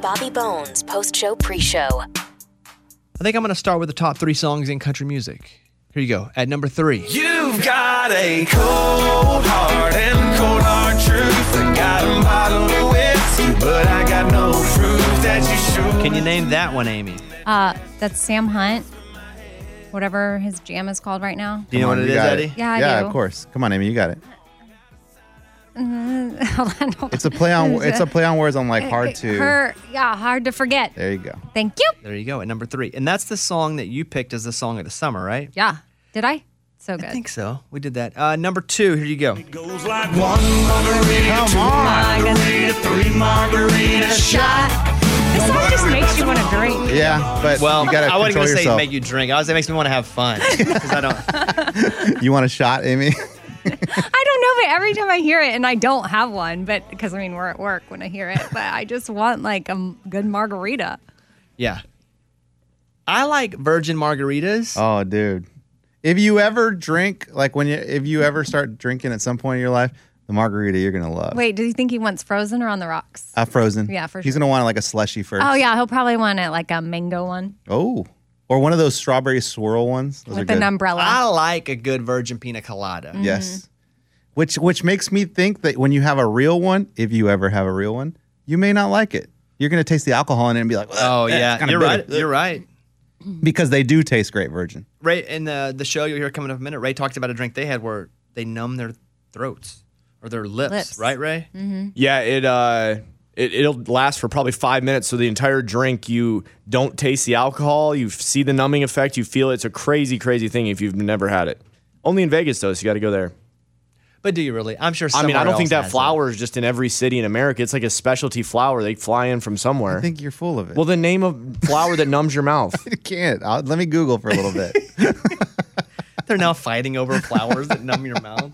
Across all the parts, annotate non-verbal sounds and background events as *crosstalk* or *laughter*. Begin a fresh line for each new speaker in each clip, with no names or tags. Bobby Bones post show pre show.
I think I'm going to start with the top three songs in country music. Here you go. At number three,
You've got a cold heart and cold hard truth. I got a bottle of whiskey, but I got no proof that you should.
can you name that one, Amy?
Uh, that's Sam Hunt, whatever his jam is called right now.
Do you know
Come
what
on,
it
you
is,
got
Eddie?
Yeah, I
yeah,
do.
of course. Come on, Amy, you got it.
*laughs* hold on, hold
It's a play on.
Is
it's
it-
a play on words on
*laughs*
like
on.
hard to.
Her, yeah, hard to forget.
There you go.
Thank you.
There you go. At number three, and that's the song that you picked as the song of the summer, right?
Yeah. Did I? So good.
I think so. We did that. Uh, number two, here you go.
Goes like one margarita, two margarita, three margarita shot.
This song just makes you want to drink.
Yeah, but
Well,
you gotta
I wasn't
control
gonna say
yourself.
make you drink. I was. It makes me want to have fun 'Cause *laughs* I don't.
you-, want a shot, Amy?
I don't know, but every time I hear it, and I don't have one, but because I mean, we're at work when I hear it, but I just want like a m- good margarita.
*laughs* Yeah. I like virgin margaritas.
oh, dude. If you ever drink, like when you, if you ever start drinking at some point in your life, the margarita you're gonna love.
Wait, do you think he wants frozen or on the rocks?
Uh, frozen.
Yeah, for
He's
sure.
gonna want like a slushy first.
Oh, yeah, he'll probably want it like a mango one
Oh, or one of those strawberry swirl ones. Those are
with
good. Ah!
an umbrella.
I like a good virgin pina colada. Mm-hmm.
Yes. Which which makes me think that when you have a real one, if you ever have a real one, you may not like it. You're gonna taste the alcohol in it and be like,
Oh
"Ugh, eh, it's
yeah,
kinda
you're
bitter."
right. You're right.
Because they do taste great virgin.
Ray in the the show you'll hear coming up in a minute. Ray talked about a drink they had where they numb their throats or their lips.
Lips. Mm-hmm.
Right, Ray?
Yeah, it uh it, it'll last for probably five minutes. So the entire drink, you don't taste the alcohol, you see the numbing effect, you feel it. It's a crazy, crazy thing if you've never had it. Only in Vegas though, so you got to go there.
But do you really? I'm sure.
I mean, I
somewhere
don't think
else
that
has
flower is just in every city in America. It's like a specialty flower they fly in from somewhere.
I think you're full of it.
well, the name of flower that numbs
*laughs*
your mouth.
you can't. I'll, let me Google for a little bit.
*laughs* it. They're now fighting over flowers that numb
*laughs*
your mouth.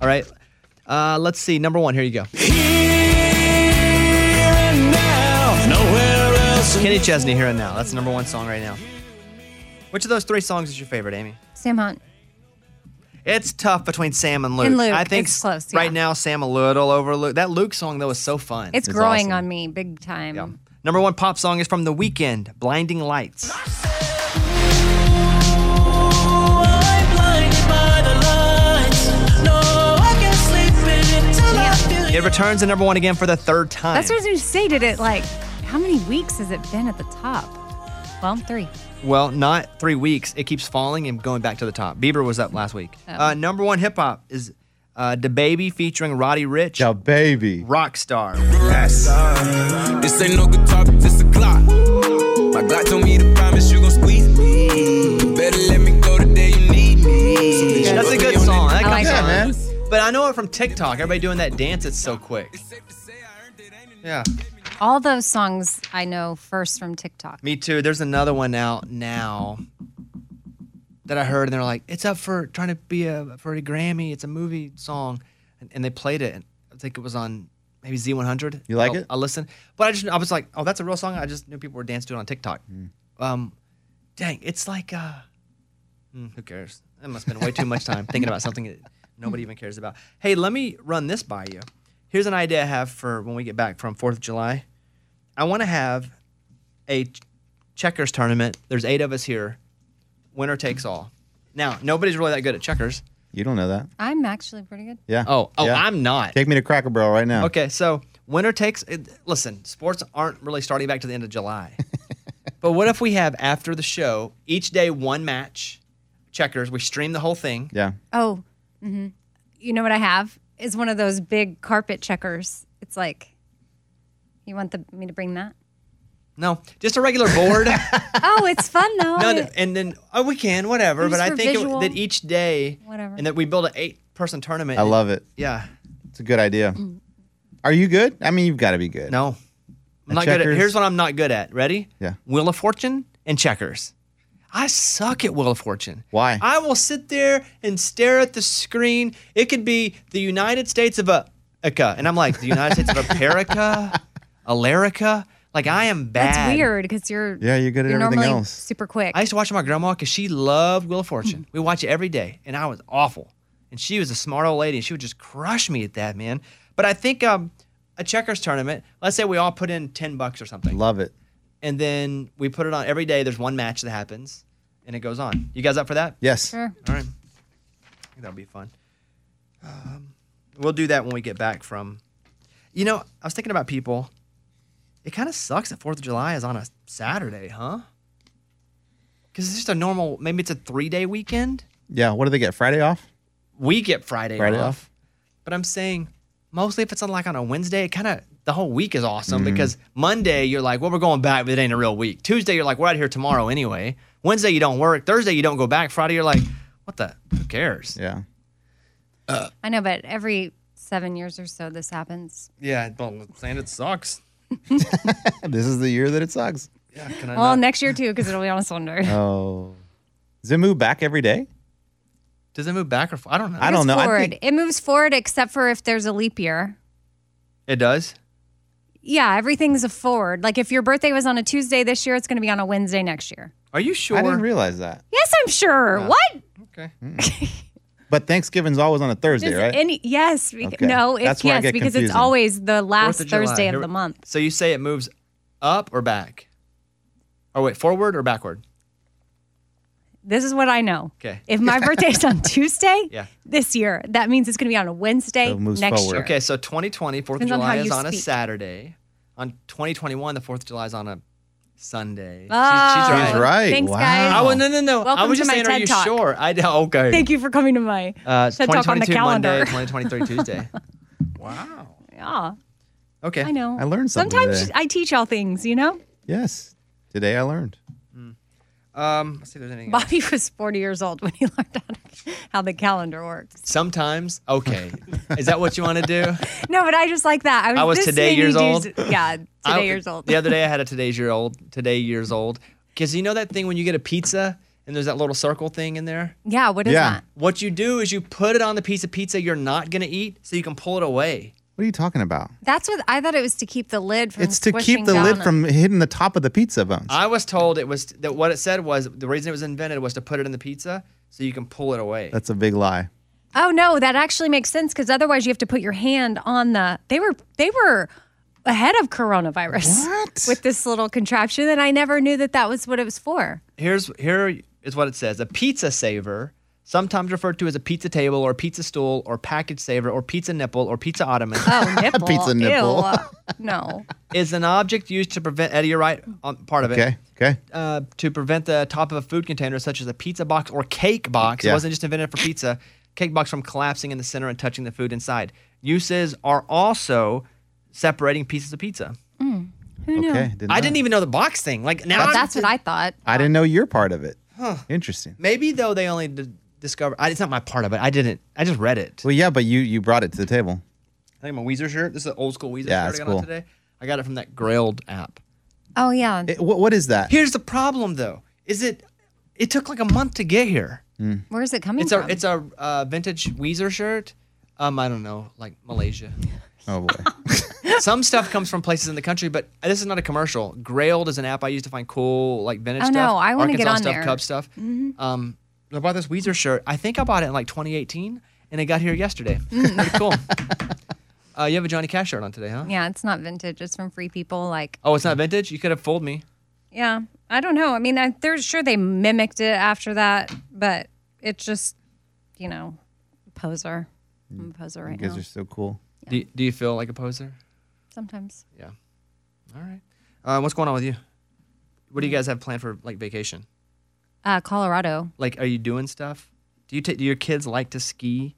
All right. Uh, let's see. Number one. Here you go.
Here and now, nowhere else.
Kenny Chesney here and now. That's the number one song right now. Which of those three songs is your favorite, Amy?
Sam Hunt.
It's tough between Sam and Luke.
And Luke,
I think
it's close,
right
yeah.
now Sam a little over Luke. That Luke song though is so fun.
It's,
It's
growing
awesome.
on me big time.
number one pop song is from The Weeknd, "Blinding Lights."
I'm blinded by the lights. No, I can't sleep until I feel
It returns to number one again for the third time.
That's what I was going to say. Did it like, how many weeks has it been at the top? Well, three.
well, not three weeks. It keeps falling and going back to the top. Bieber was up last week.
Oh.
Uh, number one hip hop is uh, "The Baby" featuring Roddy Rich,
Now, baby.
Rockstar.
This ain't no guitar, this a clock. My God told me to promise you gon' squeeze me. Better let me go the day you need me.
That's a good song. That
I like
comes
that.
on.
Yeah, man.
But I know it from TikTok. Everybody doing that dance. It's so quick. Yeah.
All those songs I know first from TikTok.
Me too. There's another one out now that I heard, and they're like, "It's up for trying to be a for a Grammy. It's a movie song," and, and they played it. And I think it was on maybe Z100.
You like
I'll-
it?
I listened, but I just I was like, "Oh, that's a real song." I just knew people were dancing to it on TikTok. Um, dang, it's like uh, mm, who cares? I must spend way too much time thinking about something that nobody even cares about. Hey, let me run this by you. Here's an idea I have for when we get back from Fourth of July. I want to have a ch- checkers tournament. There's eight of us here. Winner takes all. Now, nobody's really that good at checkers.
You don't know that.
I'm actually pretty good.
Yeah.
Oh, oh,
Yeah.
I'm not.
Take me to Cracker Barrel right now.
Okay, so winner takes. it- Listen, sports aren't really starting back to the end
*laughs*
of July. but what if we have after the show each day one match, checkers? We stream the whole thing.
Yeah.
Oh, hmm you know what I have is one of those big carpet checkers. It's like, you want the, me to bring *laughs* that?
No, just a regular
*laughs*
board.
Oh, it's fun though.
No,
I-
no, and then oh, we can whatever.
Just
But I
for
think it,
visual.
that each day,
Whatever.
and that we build an eight-person tournament.
I love it.
Yeah. Mm.
It's a good idea. Are you good? I mean, you've got to be good.
No. I'm
At
not good at,
checkers?
here's what I'm not good at. Ready?
Yeah.
Wheel of Fortune and checkers. I suck at Wheel of Fortune.
Why?
I will sit there and stare at the screen. It could be the United States of America. And I'm like, the United States
*laughs*
of America? Alarica? Like, I am bad.
That's weird because you're
Yeah, you're good at everything
normally
else.
Super quick.
I used to watch it with my grandma because she loved Wheel of Fortune. we watch it every day, and I was awful. And she was a smart old lady, and she would just crush me at that, man. But I think um, a checkers tournament. Let's say we all put in ten bucks or something,
Love it.
and then we put it on every day. There's one match that happens, and it goes on. You guys up for that?
Yes.
Sure.
All right. I think That'll be fun. Um, we'll do that when we get back from. You know, I was thinking about people. It kind of sucks that Fourth of July is on a Saturday, huh? Because it's just a normal. Maybe it's a three-day weekend.
Yeah. What do they get? Friday off?
We get Friday,
Friday
off.
off?
But I'm saying mostly if it's on like on a Wednesday, it kind of the whole week is awesome because Monday you're like, well, we're going back, but it ain't a real week. Tuesday you're like, we're out here tomorrow anyway. Wednesday you don't work. Thursday you don't go back. Friday you're like, what the? Who cares?
Yeah.
I know, but every seven years or so, this happens.
Yeah, well, saying it sucks.
This is the year that it sucks.
Yeah, can I
Well,
not-
next year too, because it'll be on a cylinder.
Oh. Does it move back every day?
Does it move back or f- I don't know.
I don't know. I
Forward.
think-
It moves forward, except for if there's a leap year.
It does.
Yeah, everything's a forward. Like if your birthday was on a Tuesday this year, it's going to be on a Wednesday next year.
Are you sure?
I didn't realize that.
Yes, I'm sure. What?
okay.
But Thanksgiving's always on a Thursday,
Does
right?
any- yes. Beca-
Okay.
No, it's
That's where I
yes
get
because it's
confusing.
always the last
Fourth of July.
Thursday
Here
of
we-
the month.
So you say it moves up or back? Or wait, forward or backward?
This is what I know.
Okay.
If
*laughs*
my birthday's on Tuesday
Yeah.
this year, that means it's going to be on a Wednesday
So it moves
next
forward.
year.
Okay, so 2020, 4th of
Depends on
July
how
is
you
on a
speak.
Saturday. On 2021, the 4th of July is on a Sunday. She's-
Oh,
she's,
She's right.
Thanks,
wow.
guys.
I was, no, no, no. I
Welcome
was
to
just
my
saying, are
TED
you
Talk.
sure? I Okay.
Thank you for coming to my
uh,
TED Talk on the
2022 Monday,
calendar.
2023 Tuesday. wow.
*laughs* Yeah,
Okay.
I know.
I learned something
Sometimes
today.
I teach y'all things, you know?
Yes. Today I learned.
Hmm. Um, let's see if there's anything else.
Bobby was 40 years old when he *laughs* learned how, to, how the calendar works.
Sometimes,
*laughs*
okay. is that what you want to do?
No, but I just like that. I was,
I was
this made
today
me
years
do-
old.
Yeah, today
I-
years old.
The other day I had a today's year old, today years old. Because you know that thing when you get a pizza and there's that little circle thing in there?
*laughs* yeah, what is
Yeah.
that?
What you do is you put it on the piece of pizza you're not going to eat so you can pull it away.
What are you talking about?
That's what I thought it was to keep the lid from.
It's to
squishing
keep the
down
lid
on-
from hitting the top of the pizza bones.
I was told it was that what it said was the reason it was invented was to put it in the pizza so you can pull it away.
That's a big lie.
Oh no, that actually makes sense because otherwise you have to put your hand on the. They were they were ahead of coronavirus
What?
*laughs* with this little contraption, and I never knew that that was what it was for.
Here's here is what it says. A pizza saver, sometimes referred to as a pizza table or pizza stool or package saver or pizza nipple or pizza ottoman,
Oh, nipple.
*laughs* Pizza nipple.
Ew.
*laughs*
*laughs* No.
is an object used to prevent Eddie, you're right on part of it.
Okay. Okay.
uh, to prevent the top of a food container, such as a pizza box or cake box. It
Yeah.
wasn't just invented for pizza. Cake box from collapsing in the center and touching the food inside. Uses are also separating pieces of pizza.
Mm,
Okay.
I
know.
didn't even know the box thing. Like now, I'm-
That's what I thought.
I
*laughs*
didn't know your part of it. Interesting.
maybe though they only d- discovered. I, it's not my part of it. I didn't. I just read it.
Well, yeah, but you you brought it to the table.
I think my Weezer shirt. This is an old school Weezer
Yeah,
shirt I
it's
got
cool.
on today. I got it from that Grailed app.
Oh yeah.
It, what, what is that?
Here's the problem though: is it? It took like a month to get here.
Hmm.
Where is it coming
It's
from?
a it's a uh, vintage Weezer shirt. Um, I don't know, like Malaysia.
Oh boy.
*laughs* Some stuff comes from places in the country, but this is not a commercial. Grailed is an app I use to find cool like vintage
Oh,
stuff.
no, I wanna get
Arkansas
on
stuff,
there.
Cub stuff.
Mm-hmm.
Um, I bought this Weezer shirt. I think I bought it in like 2018, and it got here yesterday. *laughs* Pretty cool. Uh, you have a Johnny Cash shirt on today, huh?
Mm. yeah, it's not vintage. It's from Free People. Like
Oh, it's not vintage. You could have fooled me.
yeah, I don't know. I mean, I, they're sure they mimicked it after that, but it's just you know, poser. I'm a poser
you
right
guys
now.
are so cool.
Do, do you feel like a poser?
Sometimes.
Yeah. All right. Uh, what's going on with you? What do you guys have planned for like vacation?
Uh, Colorado.
Like, are you doing stuff? Do you ta- do your kids like to ski?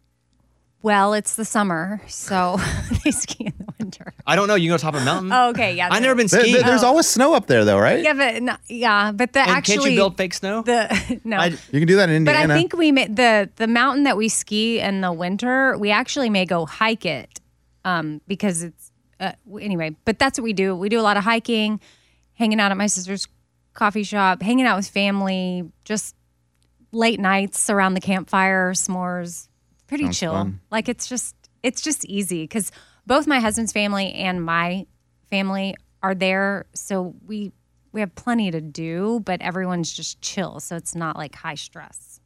Well, it's the summer, so *laughs* they ski in the winter.
I don't know. You go to top of a mountain.
Oh, okay, yeah.
I've never been
There-
skiing.
there- there's always snow up there, though, right?
Yeah, but no, yeah, but the
And
actually
can't you build fake snow?
the no.
I-
You can do that in
but
Indiana.
I think we may, the the mountain that we ski in the winter, we actually may go hike it, um, because it's uh, w- anyway. But that's what we do. We do a lot of hiking, hanging out at my sister's coffee shop, hanging out with family, just late nights around the campfire, s'mores. Pretty chill.
fun.
Like it's just it's just easy because both my husband's family and my family are there, so we we have plenty to do, but everyone's just chill, so it's not like high stress,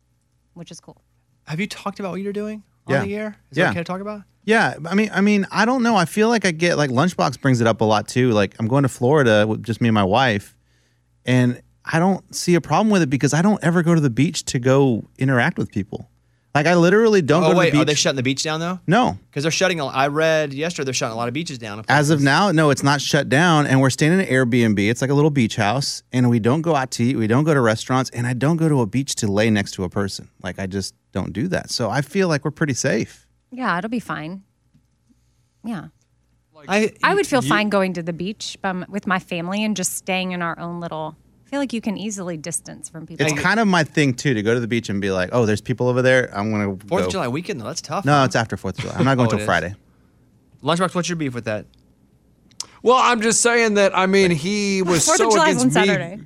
which is cool.
Have you talked about what you're doing on
Yeah.
the air? Is it
Yeah.
okay to talk about?
Yeah, I mean, I mean, I don't know. I feel like I get like Lunchbox brings it up a lot too. Like I'm going to Florida with just me and my wife, and I don't see a problem with it because I don't ever go to the beach to go interact with people. Like I literally don't go
Oh
to
wait,
the beach.
are they shutting the beach down though?
no,
Because they're shutting. a- I read yesterday they're shutting a lot of beaches down.
as of now, no, it's not shut down, and we're staying in an Airbnb. It's like a little beach house, and we don't go out to eat. We don't go to restaurants, and I don't go to a beach to lay next to a person. Like I just don't do that. So I feel like we're pretty safe.
Yeah, it'll be fine. Yeah.
I,
I would feel fine going to the beach um, with my family and just staying in our own little. I feel like you can easily distance from people.
It's kind of my thing too to go to the beach and be like, oh, there's people over there. I'm gonna
Fourth
go.
of July weekend though, that's tough.
No, it's after Fourth of
*laughs*
July. I'm not going
Oh, it
till
is.
Friday.
Lunchbox, what's your beef with that?
Well, I'm just saying that. I mean, he was
Fourth
so
of July is
against
on
*laughs*
me.
Saturday.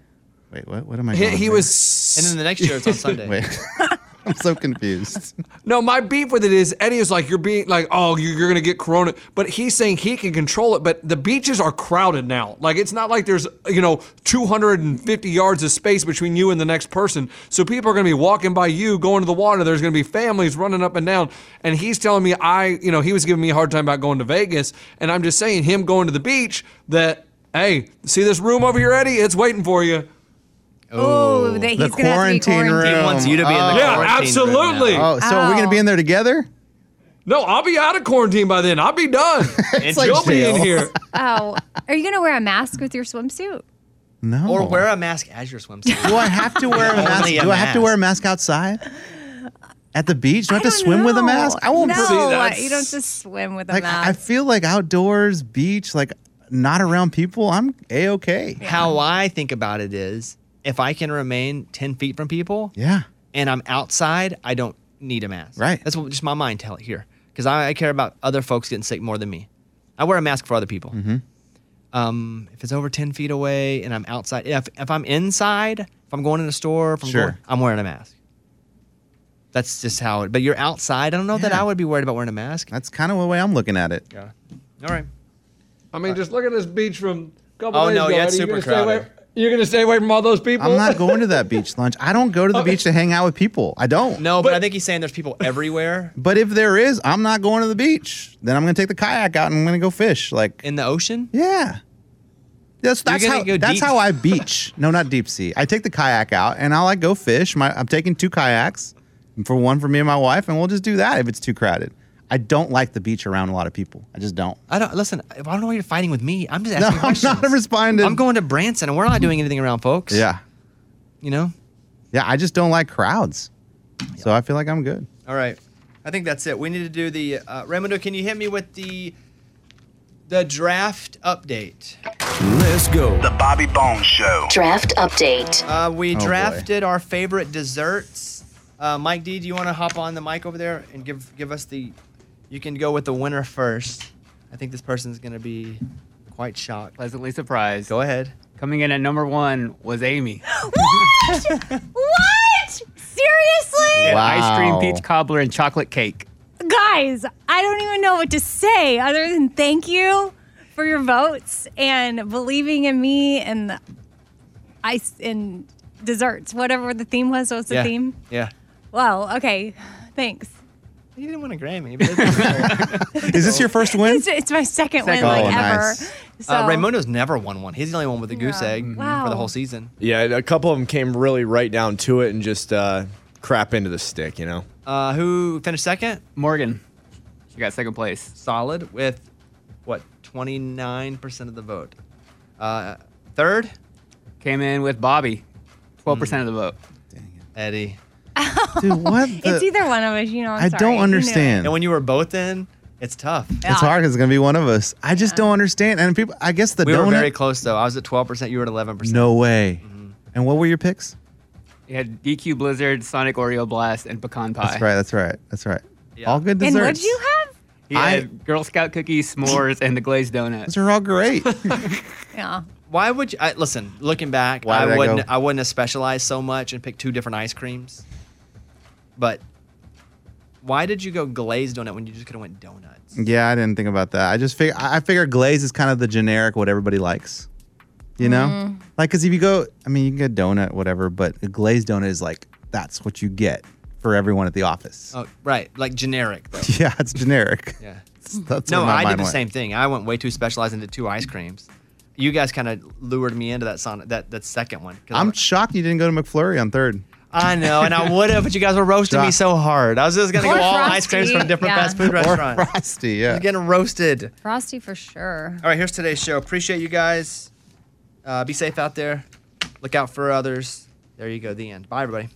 Wait, what? What am I?
He,
doing
he
here?
was.
And then the next
*laughs*
year it's on Sunday.
Wait, I'm so confused.
No, my beef with it is Eddie is like you're being like, oh, you- you're gonna get corona, but he's saying he can control it. But the beaches are crowded now. Like it's not like there's you know 250 yards of space between you and the next person. So people are gonna be walking by you, going to the water. There's gonna be families running up and down. And he's telling me I, you know, he was giving me a hard time about going to Vegas. And I'm just saying him going to the beach that hey, see this room over here, Eddie? It's waiting for you.
Oh, that he's gonna
the
have to be
quarantine room.
quarantined.
He wants you to be in the
Oh.
Yeah,
quarantine room now.
absolutely.
Oh, so are we gonna be in there together?
No, I'll be out of quarantine by then. I'll be
*laughs*
done.
It's
You'll be in here.
*laughs* Oh, are you gonna wear a mask with your swimsuit?
No.
Or wear a mask as
*laughs*
your swimsuit.
*laughs* Do I have to wear a mask?
Only a
Do I have to
mask.
wear a mask outside? At the beach? Do I have to
don't
swim with a
know.
mask? I won't.
No,
See, that's-
you don't just swim with a
Like I I
mask.
feel like outdoors, beach, like not around people. I'm a okay.
How I think about it is, if I can remain ten feet from people,
Yeah.
and I'm outside, I don't need a mask.
Right.
That's what just my mind tell it here because I, I care about other folks getting sick more than me. I wear a mask for other people.
Mm-hmm.
Um, if it's over ten feet away and I'm outside, if if I'm inside, if I'm going in a store, if I'm,
Sure.
going, I'm wearing a mask. That's just how it. But you're outside. I don't know that
Yeah.
I would be worried about wearing a mask.
That's kind of the way I'm looking at it.
Yeah. All right.
I mean, just look at this beach from a couple
Oh,
days
no,
ago.
yeah, it's
Eddie.
super
you're gonna Stay away,
crowded.
you're going to stay away from all those people?
I'm not
*laughs*
going to that
*laughs*
beach lunch. I don't go to the beach to hang out with people. I don't.
No, but I think he's saying there's people
*laughs*
everywhere
But if there is, I'm not going to the beach. Then I'm going to take the kayak out and I'm going to go fish. Like,
in the ocean.
yeah. That's that's
gonna
how
go
that's
deep-
how I
*laughs*
beach. No, not deep sea. I take the kayak out and I like go fish. My I'm taking two kayaks, for one for me and my wife, and we'll just do that if it's too crowded. I don't like the beach around a lot of people. I just don't.
I don't listen. I don't know why you're fighting with me. I'm just
No,
asking
I'm
questions.
not responding.
I'm going to Branson, and we're not doing anything around folks.
Yeah,
You know.
yeah. I just don't like crowds. So I feel like I'm good.
All right. I think that's it. We need to do the uh, Raimundo. Can you hit me with the the draft update?
Let's go.
The Bobby Bones Show.
Draft update.
Uh, we
Oh, boy.
drafted our favorite desserts. Uh, Mike D, do you want to hop on the mic over there and give give us the? You can go with the winner first. I think this person's gonna be quite shocked.
Pleasantly surprised.
Go ahead.
Coming in at number one was
*gasps*
Amy.
what? what? Seriously,
Yeah, Ice
Wow.
cream, peach cobbler, and chocolate cake.
guys? I don't even know what to say other than thank you for your votes and believing in me and the ice and desserts, whatever the theme was. What's the
yeah.
theme?
Yeah.
Wow. Okay. Thanks.
You didn't win a Grammy. But it's-
Is this your first
*laughs*
win?
It's, it's my second,
Second.
win like
Oh,
ever.
nice.
So
uh,
*laughs*
Raimundo's never won one. He's the only one with a goose
Yeah. Mm-hmm.
egg for
Wow.
the whole season.
Yeah, a couple of them came really right down to it and just uh, crap into the stick, you know.
Uh, who finished second?
Morgan, she got second place.
solid with what 29% of the vote. Uh, third, Hmm.
Came in with Bobby, 12% of the vote.
Eddie.
Dude, what? The,
it's either one of us. You know. I'm
I
sorry.
don't
You know.
understand.
And when you were both in, it's tough.
It's
Yeah.
hard. 'cause It's gonna be one of us. I just don't understand. And people, I guess the
We
donut.
were very Mm-hmm. close though. I was at 12%, you were at
*laughs*
11%.
no way. And what were your picks?
You had DQ Blizzard, Sonic Oreo Blast, and pecan pie.
That's right. That's right. That's right.
Yeah.
All good
And
desserts.
what did you have?
He
I-
had Girl Scout cookies, s'mores, and the glazed donut.
Those are
*laughs*
all great.
Yeah.
Why would you I, listen, looking back,
Why did
I
I
wouldn't
go-
I wouldn't have specialized so much and picked two different ice creams. But why did you go glazed donut when you just could have went donuts?
yeah, I didn't think about that. I just figure I I figure glaze is kind of the generic what everybody likes. You know,
Mm.
like because if you go, I mean, you can get donut, whatever, but a glazed donut is like that's what you get for everyone at the office.
Oh, right, Oh, like generic though.
*laughs* Yeah, it's generic.
Yeah.
That's
no,
where my
I did
mind
the
went.
same thing. I went way too specialized into two ice creams. You guys kind of lured me into that son that that second one. 'Cause
I'm shocked you didn't go to McFlurry on third.
I know, and I would have, but you guys were roasting me
Doc.
so hard. I was just gonna go
Or
all ice creams
Frosty,
from different
yeah.
fast
*laughs*
food
Or
restaurants. I
Frosty, yeah.
was getting roasted.
Frosty for
*laughs*
sure.
All right, here's today's show. Appreciate you guys. Uh, be safe out there. Look out for others. There you go. The end. Bye, everybody.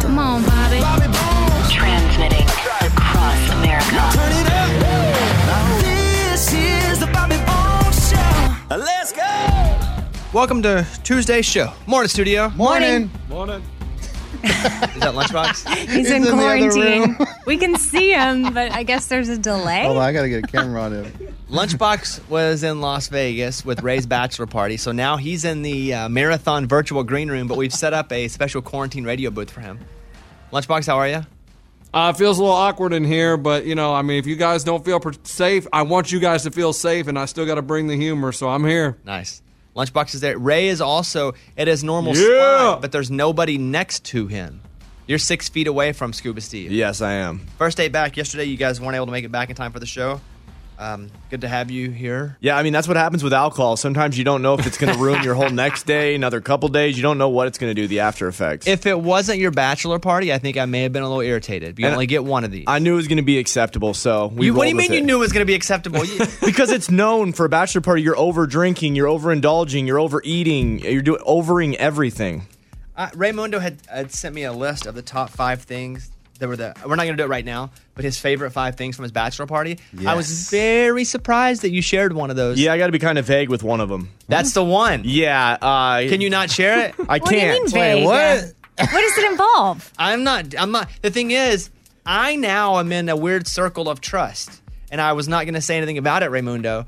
Come on, Bobby.
Transmitting across America.
Turn it up. This is the Bobby Bones Show. Let's go.
Welcome to Tuesday's show. Morning, studio.
Morning.
Morning.
Is
*laughs*
that Lunchbox?
He's, in,
in the other
quarantine. we can see him, but I guess there's a delay.
Hold on, I gotta get a camera on him.
Lunchbox was in Las Vegas with Ray's bachelor party, so now he's in the uh, Marathon virtual green room. But we've set up a special quarantine radio booth for him. Lunchbox, how are you?
Uh, it feels a little awkward in here, but you know, I mean, if you guys don't feel pr- safe, I want you guys to feel safe, and I still got to bring the humor, so I'm here.
Nice. Lunchbox is there. Ray is also at his normal
Yeah.
spot, but there's nobody next to him. You're six feet away from Scuba Steve.
Yes, I am.
First day back yesterday, you guys weren't able to make it back in time for the show. Um, good to have you here.
Yeah, I mean that's what happens with alcohol. Sometimes you don't know if it's going to ruin your whole next day, another couple days. You don't know what it's going to do. The after effects.
If it wasn't your bachelor party, I think I may have been a little irritated. *laughs* You
And
only get one of these.
I knew it was going to be acceptable, so we.
You- what
rolled
do you
with
mean you
it.
knew it was going to be acceptable? You- *laughs*
*laughs* Because it's known for a bachelor party, you're over drinking, you're over indulging, you're overeating, you're doing overing everything.
I, Raymundo uh, had, had sent me a list of the top five things that were the. We're not going to do it right now, but his favorite five things from his bachelor party. I was
Yes.
very surprised that you shared one of those.
Yeah, I got to be kind of vague with one of them.
that's the one.
Yeah, uh,
Can you not *laughs* share it?
I
What do you mean
can't.
vague? what? does it involve?
*laughs* I'm not. I'm not. The thing is, I now am in a weird circle of trust, and I was not going to say anything about it, Raymundo.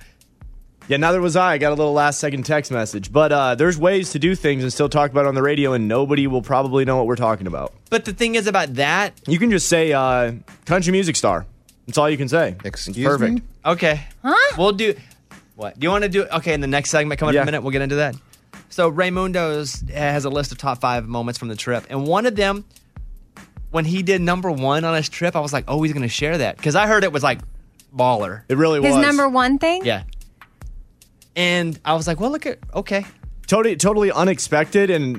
Yeah, neither was I. I got a little last second text message, but uh, there's ways to do things and still talk about it on the radio, and nobody will probably know what we're talking about.
But the thing is about that.
You can just say uh, country music star. That's all you can say.
Excuse
it's perfect.
me?
Okay. Huh? We'll do. What do you want to do? Okay, in the next segment, coming up in
Yeah.
a minute, we'll get into that. So Raymundo's has a list of top five moments from the trip, and one of them, when he did number one on his trip, I was like, oh, he's going to share that because I heard it was like baller.
It really
His
was.
number one thing?
Yeah. And I was like, well, look at okay.
totally, totally unexpected and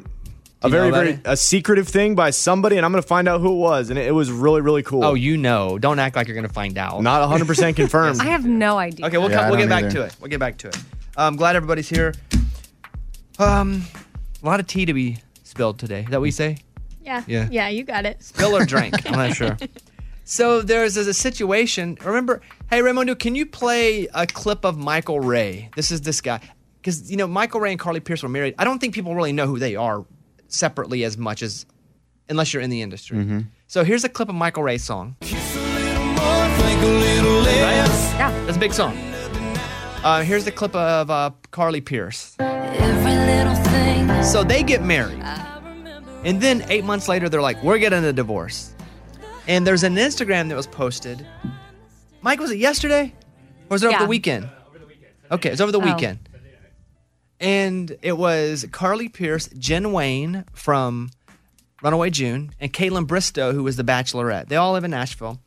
a
you
very,
know about
very
it?
a secretive thing by somebody, and I'm gonna find out who it was, and it, it was really, really cool.
Oh, you know. Don't act like you're going to find out.
not 100 percent
*laughs*
confirmed.
I have no idea.
Okay, we'll
Yeah,
come,
I
we'll get
don't
back
either.
to it. We'll get back to it. I'm glad everybody's here. Um, a lot of tea to be spilled today. Is that what you say?
Yeah.
Yeah.
Yeah, you got it.
Spill
*laughs*
or drink? *laughs* I'm not sure. So there's, there's a situation. Remember, hey Raymundo, can you play a clip of Michael Ray? This is this guy because you know Michael Ray and Carly Pierce were married. I don't think people really know who they are separately as much as unless you're in the industry.
Mm-hmm.
So here's a clip of Michael Ray's song. That's a big song. Uh, here's the clip of uh, Carly Pierce.
Every little thing.
So they get married. And then eight months later, they're like, we're getting a divorce. And there's an Instagram that was posted. Mike, was it yesterday? Or was it over
Yeah.
the weekend? Okay, it's over the
Oh.
weekend. And it was Carly Pierce, Jen Wayne from Runaway June, and Caitlin Bristow, who was the Bachelorette. They all live in Nashville.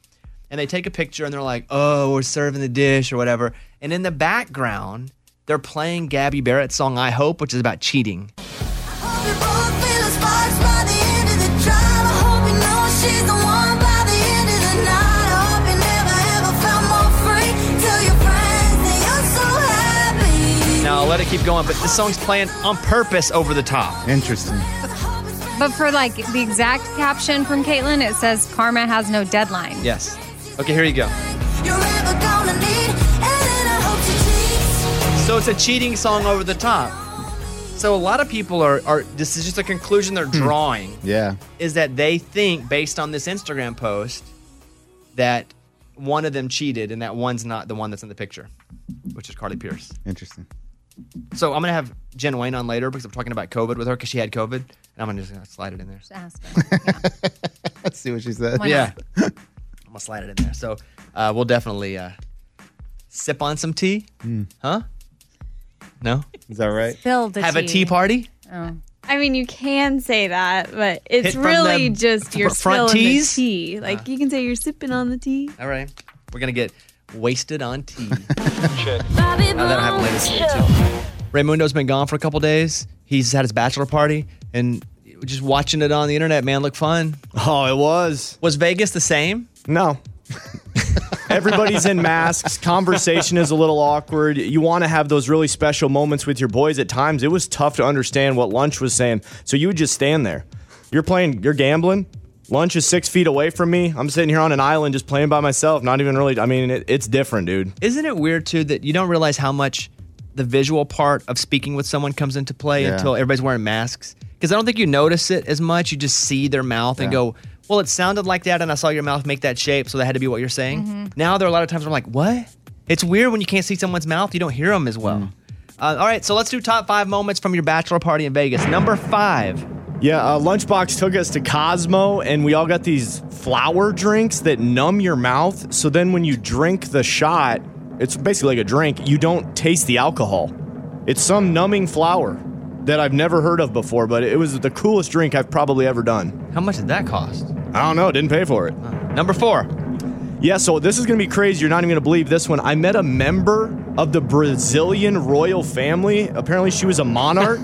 And they take a picture and they're like, oh, we're serving the dish or whatever. And in the background, they're playing Gabby Barrett's song, I Hope, which is about cheating. Now I'll let it keep going, but this song's playing on purpose over the top.
Interesting.
But for like the exact caption from Caitlin, it says karma has no deadline.
Yes. Okay, here you go. So it's a cheating song over the top. So a lot of people are, are this is just a conclusion they're drawing
Yeah.
is that they think based on this Instagram post that one of them cheated and that one's not the one that's in the picture, which is Carly Pierce.
Interesting.
So I'm gonna have Jen Wayne on later because I'm talking about COVID with her because she had COVID, and I'm gonna just gonna slide it in there.
Aspect.
Let's see what *laughs* she said.
Why not? Yeah.
I'm gonna slide it in there. So uh, we'll definitely uh, sip on some tea, huh? No,
Hmm. Is that right?
Build the
have a tea party.
Oh.
I mean, you can say that, but
Hit
it's
from
really
the
just you're
fr- front
spilling
tees? Uh.
the tea. Like you can say you're sipping on the tea.
All right. We're going to get wasted on tea.
Bobby
Now Oh, that'll happen later this week, too. Raymundo's been gone for a couple days. He's had his bachelor party and just watching it on the internet, man, looked fun.
Oh, it was.
Was Vegas the same?
No. *laughs* Everybody's in masks. Conversation is a little awkward. You want to have those really special moments with your boys at times. It was tough to understand what lunch was saying. So you would just stand there. You're playing, you're gambling. Lunch is six feet away from me. I'm sitting here on an island just playing by myself, not even really. I mean, it, it's different, dude.
Isn't it weird too that you don't realize how much the visual part of speaking with someone comes into play
Yeah.
until everybody's wearing masks? Because I don't think you notice it as much. You just see their mouth and
Yeah.
go, "Well, it sounded like that, and I saw your mouth make that shape, so that had to be what you're saying." Now there are a lot of times where I'm like, "What?" It's weird when you can't see someone's mouth. You don't hear them as well.
Mm.
Uh, all right, so let's do top five moments from your bachelor party in Vegas. Number five.
Yeah, uh, Lunchbox took us to Cosmo, and we all got these flower drinks that numb your mouth. So then when you drink the shot, it's basically like a drink, you don't taste the alcohol. It's some numbing flower that I've never heard of before, but it was the coolest drink I've probably ever done.
How much did that cost?
I don't know, didn't pay for it.
Number four.
Yeah, so this is gonna be crazy. You're not even gonna believe this one. I met a member of the Brazilian royal family. Apparently, she was a monarch,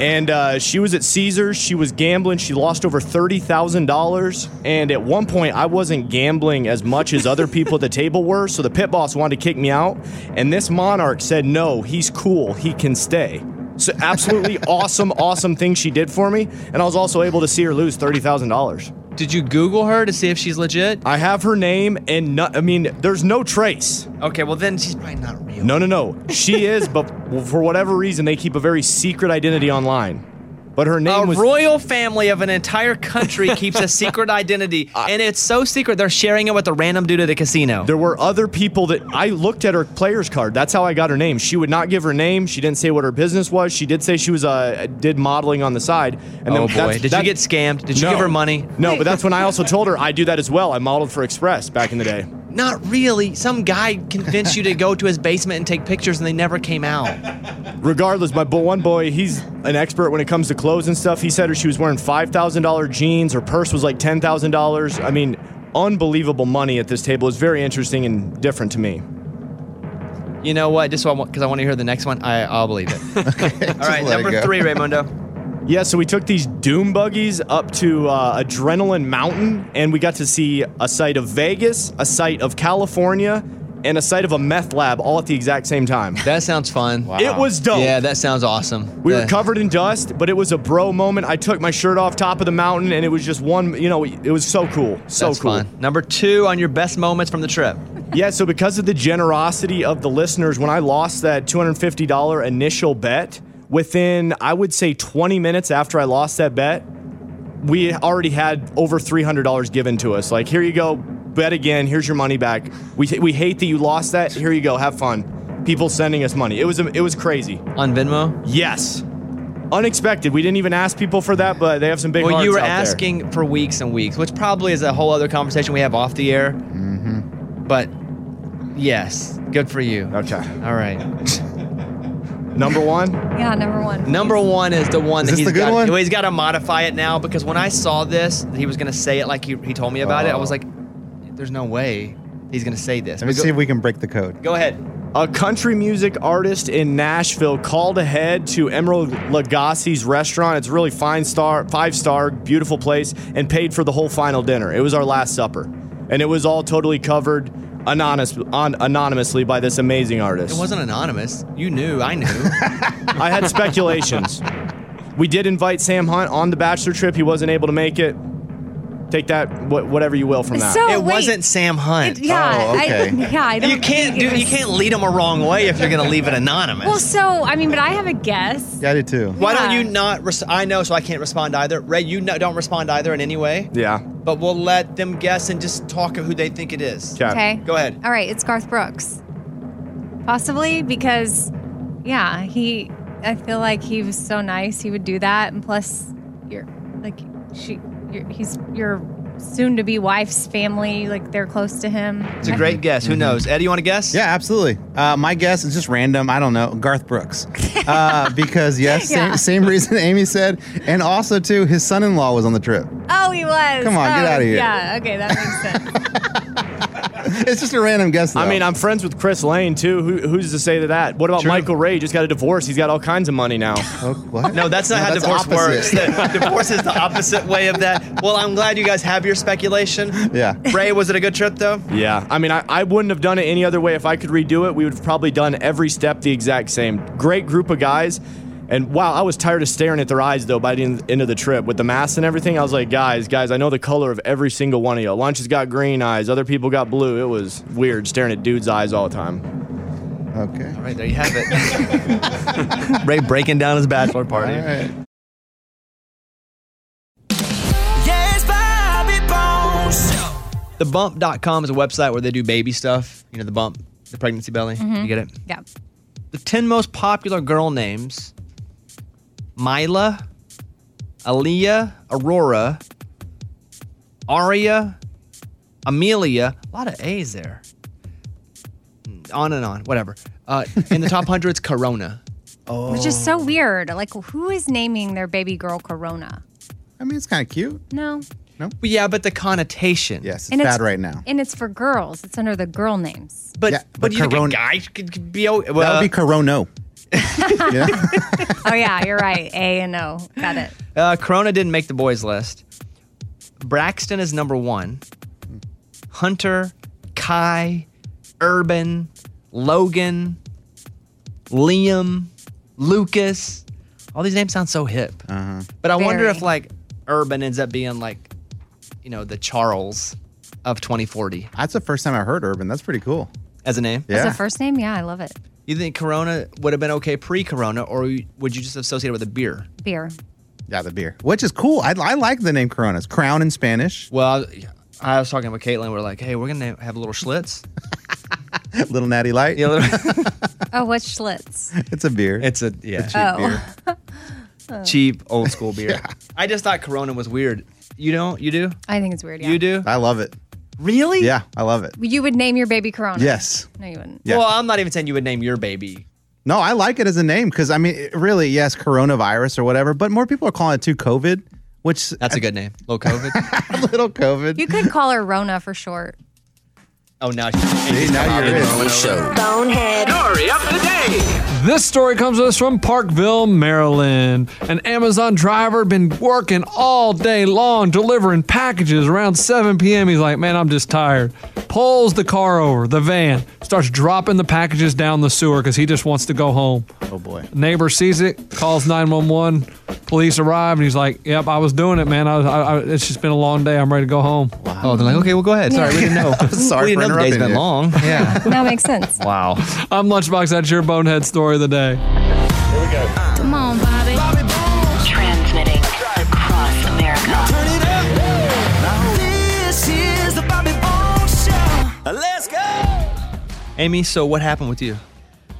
and uh, she was at Caesars. She was gambling. She lost over thirty thousand dollars. And at one point, I wasn't gambling as much as other people at the table were. So the pit boss wanted to kick me out, and this monarch said, "No, he's cool. He can stay." So absolutely awesome, awesome thing she did for me, and I was also able to see her lose thirty thousand dollars.
Did you Google her to see if she's legit?
I have her name, and no, I mean, there's no trace.
Okay, well then she's probably not real.
No, no, no. She is, but for whatever reason, they keep a very secret identity online. But her name
a
was
royal family of an entire country keeps a *laughs* secret identity, and it's so secret they're sharing it with a random dude at a casino.
There were other people that I looked at her player's card. That's how I got her name. She would not give her name. She didn't say what her business was. She did say she was uh, did modeling on the side. And
Oh, boy.
that's-
Did you
that-
get scammed? Did you give her money?
No, but that's when I also told her I do that as well. I modeled for Express back in the day.
Not really. Some guy convinced you to go to his basement and take pictures, and they never came out.
Regardless, my bo- one boy, he's an expert when it comes to clothes and stuff. He said her she was wearing five thousand dollar jeans. Her purse was like ten thousand dollars. I mean, unbelievable money at this table. It's very interesting and different to me.
You know what? Just because I want to hear the next one, I, I'll believe
*laughs*
it. All right,
let it
number
go.
three, Raymundo.
Yeah, so we took these doom buggies up to uh, Adrenaline Mountain, and we got to see a site of Vegas, a site of California, and a site of a meth lab all at the exact same time.
That sounds fun.
It was dope.
Yeah, that sounds awesome.
We
Yeah.
were covered in dust, but it was a bro moment. I took my shirt off top of the mountain, and it was just one. You know, it was so cool, so
That's
cool.
fun. Number two on your best moments from the trip.
Yeah. So because of the generosity of the listeners, when I lost that two hundred fifty dollar initial bet, within I would say twenty minutes after I lost that bet, we already had over three hundred dollars given to us. Like, here you go, bet again. Here's your money back. We we hate that you lost that. Here you go, have fun. People sending us money. It was it was crazy.
On Venmo?
Yes. Unexpected. We didn't even ask people for that, but they have some big.
well, you
hearts
were
out there.
asking for weeks and weeks, which probably is a whole other conversation we have off the air. But yes, good for you.
Mm-hmm. Okay.
All right.
*laughs* Number one.
Yeah, number one.
Number one is the one
Is
that
this
he's
the good
got.
one?
Well, he's got to modify it now because when I saw this, he was gonna say it like he, he told me about it. I was
Oh.
like, "There's no way he's gonna say this."
Let me
But go-
see if we can break the code.
Go ahead.
A country music artist in Nashville called ahead to Emerald Lagasse's restaurant. It's a really fine star, five star, beautiful place, and paid for the whole final dinner. It was our last supper, and it was all totally covered anonymous, on, anonymously by this amazing artist.
It wasn't anonymous. You knew. I knew.
*laughs* I had speculations. We did invite Sam Hunt on the bachelor trip. He wasn't able to make it. Take that, wh- whatever you will from that. Oh,
So,
it
wait.
wasn't Sam Hunt.
Yeah, I, *laughs* yeah, I don't
Oh, you can't
think it
do. You
was-
can't lead him a wrong way if you're gonna leave it anonymous.
Well, so I mean, but I have a guess.
Yeah, I did too.
Why don't
Yeah.
you not? Res- I know, so I can't respond either. Ray, you no- don't respond either in any way.
Yeah.
But we'll let them guess and just talk of who they think it is.
Okay.
Go ahead.
All right, it's Garth Brooks. Possibly because, yeah, he. I feel like he was so nice. He would do that, and plus, you're like she. You're, he's your soon to be wife's family, like they're close to him.
It's a great guess. Who knows? Eddie, you want to guess?
Mm-hmm. Yeah, absolutely. Uh, my guess is just random. I don't know. Garth Brooks.
*laughs*
Uh, because,
*laughs*
yes,
Yeah.
same, same reason Amy said. And also, too, his son in law was on the trip.
Oh, he was.
Come on, get
Oh,
outta here.
Yeah, okay, that makes sense.
It's just a random guess.
I mean, I'm friends with Chris Lane too. Who, who's to say to that? What about Michael Ray? Just got a divorce. He's got all kinds of
*laughs*
money now.
Oh, what?
No, that's not how divorce works. *laughs* The- divorce is the opposite way of that. Well, I'm glad you guys have your speculation.
Yeah.
Ray, was it a good trip though?
Yeah, I mean, I, I wouldn't have done it any other way. If I could redo it, we would have probably done every step the exact same. Great group of guys. And wow, I was tired of staring at their eyes though by the en- end of the trip with the masks and everything. I was like, guys, guys, I know the color of every single one of you. Lunch has got green eyes, other people got blue. It was weird staring at dudes' eyes all the time.
Okay.
All right, there you have it. Ray breaking down his bachelor party.
Yes, Bobby Bones.
The bump.com is a website where they do baby stuff. You know, the bump, the pregnancy belly.
Mhm.
*laughs* You get it?
Yeah.
The 10 most popular girl names Mila, Aaliyah, Aurora, Aria, Amelia. A lot of A's there. Hmm, On and on, whatever. Uh, in the top 100,
*laughs*
it's Corona. Oh.
Which is so weird. Like, who is naming their baby girl Corona?
I mean, it's kind of cute.
No.
No?
Yeah, but the connotation.
Yes,
And it's-
now.
And it's for girls. It's under the girl names.
But,
Yeah,
but,
but
you think a
Corona-
guy could, could be. o-
that
well,
would be Corona. yeah.
oh yeah, you're right. A and O. Got it.
Uh, Corona didn't make the boys list. Braxton is number one. Hunter, Kai, Urban, Logan, Liam, Lucas. All these names sound so hip.
Uh-huh.
But I wonder
Very.
if like Urban ends up being like, you know, the Charles of 2040
That's the first time I heard Urban. That's pretty cool.
as a name.
As a
Yeah.
first name, yeah, I love it.
You think Corona would have been okay pre-Corona, or would you just associate it with a beer?
Beer.
Yeah, the beer, which is cool. I, I like the name Corona. It's crown in Spanish.
Well, I was talking with Caitlin. We're like, hey, we're gonna have a little Schlitz.
*laughs* Little Natty Light.
Yeah, little-
Oh, what's Schlitz?
*laughs* it's a beer.
It's a yeah.
*laughs* cheap
Oh. *laughs*
beer.
cheap old school beer. I just thought Corona was weird. You don't? You do?
I think it's weird. Yeah.
You do?
I love it.
Really?
Yeah, I love it.
You would name your baby Corona.
Yes.
No, you wouldn't.
Yeah.
Well, I'm not even saying you would name your baby.
No, I like it as a name because I mean, it- really, yes, coronavirus or whatever, but more people are calling it too COVID, which
That's a good name.
*laughs*
Low COVID.
little COVID.
You could call her Rona for short.
oh, now she's
now you're in.
Bonehead. Story of the day.
This story comes to us from Parkville, Maryland. An Amazon driver been working all day long delivering packages around 7 p.m. He's like, man, I'm just tired. Pulls the car over, the van, starts dropping the packages down the sewer because he just wants to go home.
Oh boy.
Neighbor sees it, calls 911. Police arrive, and he's like, yep, I was doing it, man. I, I, I, it's just been a long day. I'm ready to go home.
Oh, they're like, okay, well, go ahead. Sorry, we didn't *laughs* know.
Sorry
we
for
didn't know the day's
interrupting
been
you.
long. *laughs* Yeah.
That makes
*laughs*
sense.
wow.
I'm Lunchbox. That's your bonehead story of the day.
Come on, Bobby.
Transmitting across America.
Turn it up. This is the Bobby Bones Show. Let's go.
Amy, so what happened with you?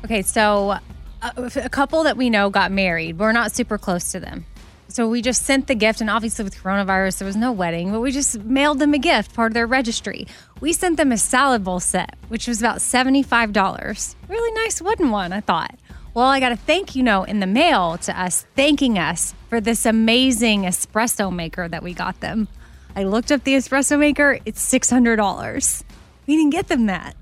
Okay, so a, a couple that we know got married. We're not super close to them. So we just sent the gift, and obviously with coronavirus, there was no wedding, but we just mailed them a gift, part of their registry. We sent them a salad bowl set, which was about $75. Really nice wooden one, I thought. Well, I got a thank you note in the mail to us, thanking us for this amazing espresso maker that we got them. I looked up the espresso maker, it's $600. We didn't get them that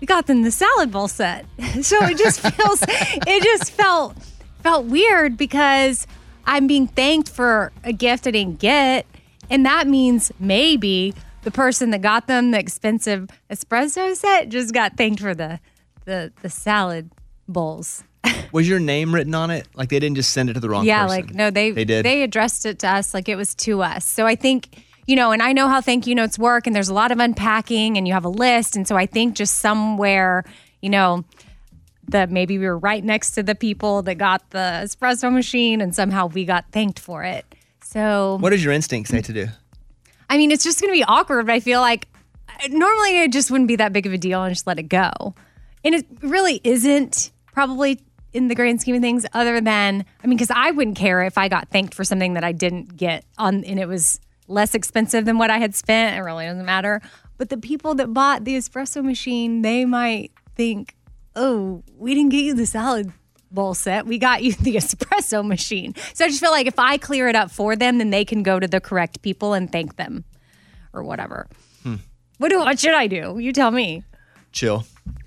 we got them the salad bowl set. *laughs* So it just feels it just felt felt weird because I'm being thanked for a gift I didn't get. And that means maybe the person that got them the expensive espresso set just got thanked for the the, the salad bowls.
Was your name written on it? Like they didn't just send it to the wrong
yeah,
person.
like no, they
They did.
they addressed it to us like it was to us. So I think you know, and I know how thank you notes work, and there's a lot of unpacking, and you have a list, and so I think just somewhere, you know, that maybe we were right next to the people that got the espresso machine, and somehow we got thanked for it. So
what does your instinct say to do?
I mean, it's just going to be awkward, but I feel like normally it just wouldn't be that big of a deal and just let it go. And it really isn't probably in the grand scheme of things other than I mean cuz I wouldn't care if I got thanked for something that I didn't get on and it was less expensive than what I had spent. It really doesn't matter. But the people that bought the espresso machine, they might think, oh, we didn't get you the salad bowl set. We got you *laughs* the espresso machine. So I just feel like if I clear it up for them, then they can go to the correct people and thank them or whatever.
Hmm.
What, do, what should I do? You tell me.
Chill.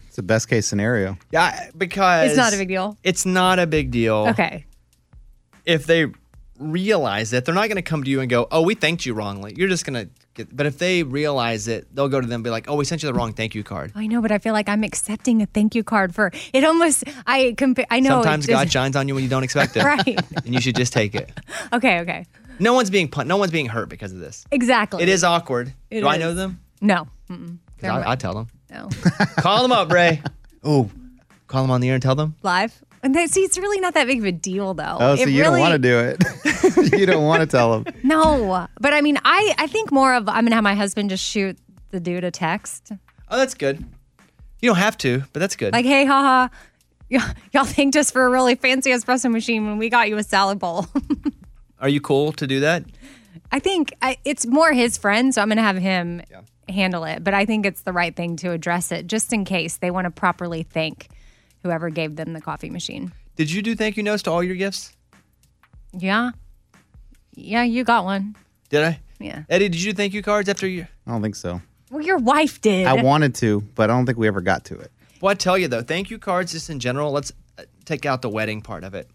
It's the best case scenario.
Yeah, because
It's not a big deal.
It's not a big deal.
Okay.
If they realize it, they're not going to come to you and go, "Oh, we thanked you wrongly." You're just going to get. But if they realize it, they'll go to them and be like, "Oh, we sent you the wrong thank you card."
I know, but I feel like I'm accepting a thank you card for it. Almost, I compare. I know. it
Sometimes God
doesn't-
shines on you when you don't expect
*laughs*
it,
Right.
And you should just take it.
Okay. Okay.
No one's being pun- no one's being hurt because of this.
Exactly.
It is awkward.
It
Do I
is.
know them?
No. Mm-mm.
'Cause
They're
I, I tell them.
No.
*laughs* call them
*laughs*
up, Ray. Oh, call them on the air and tell them.
live. And that, see, it's really not that big of a deal, though.
Oh, so
It
you
really-
don't want to do
*laughs*
it. *laughs* you don't want to tell them.
No, but I mean, I I think more of I'm gonna have my husband just shoot the dude a text
Oh, that's good. You don't have to, but that's good.
like, "Hey, haha, y- y'all thanked us for a really fancy espresso machine when we got you a salad bowl." *laughs*
Are you cool to do that?
I think I, it's more his friend, so I'm gonna have him handle it. But I think it's the right thing to address it, just in case they want to properly thank whoever gave them the coffee machine.
Did you do thank you notes to all your gifts?
Yeah, yeah, you got one.
Did I?
Yeah.
Eddie, did you do thank you cards after you?
I don't think so.
Well, your wife did.
I wanted to, but I don't think we ever got to it.
Well, I tell you though, thank you cards just in general. Let's uh, take out the wedding part of it.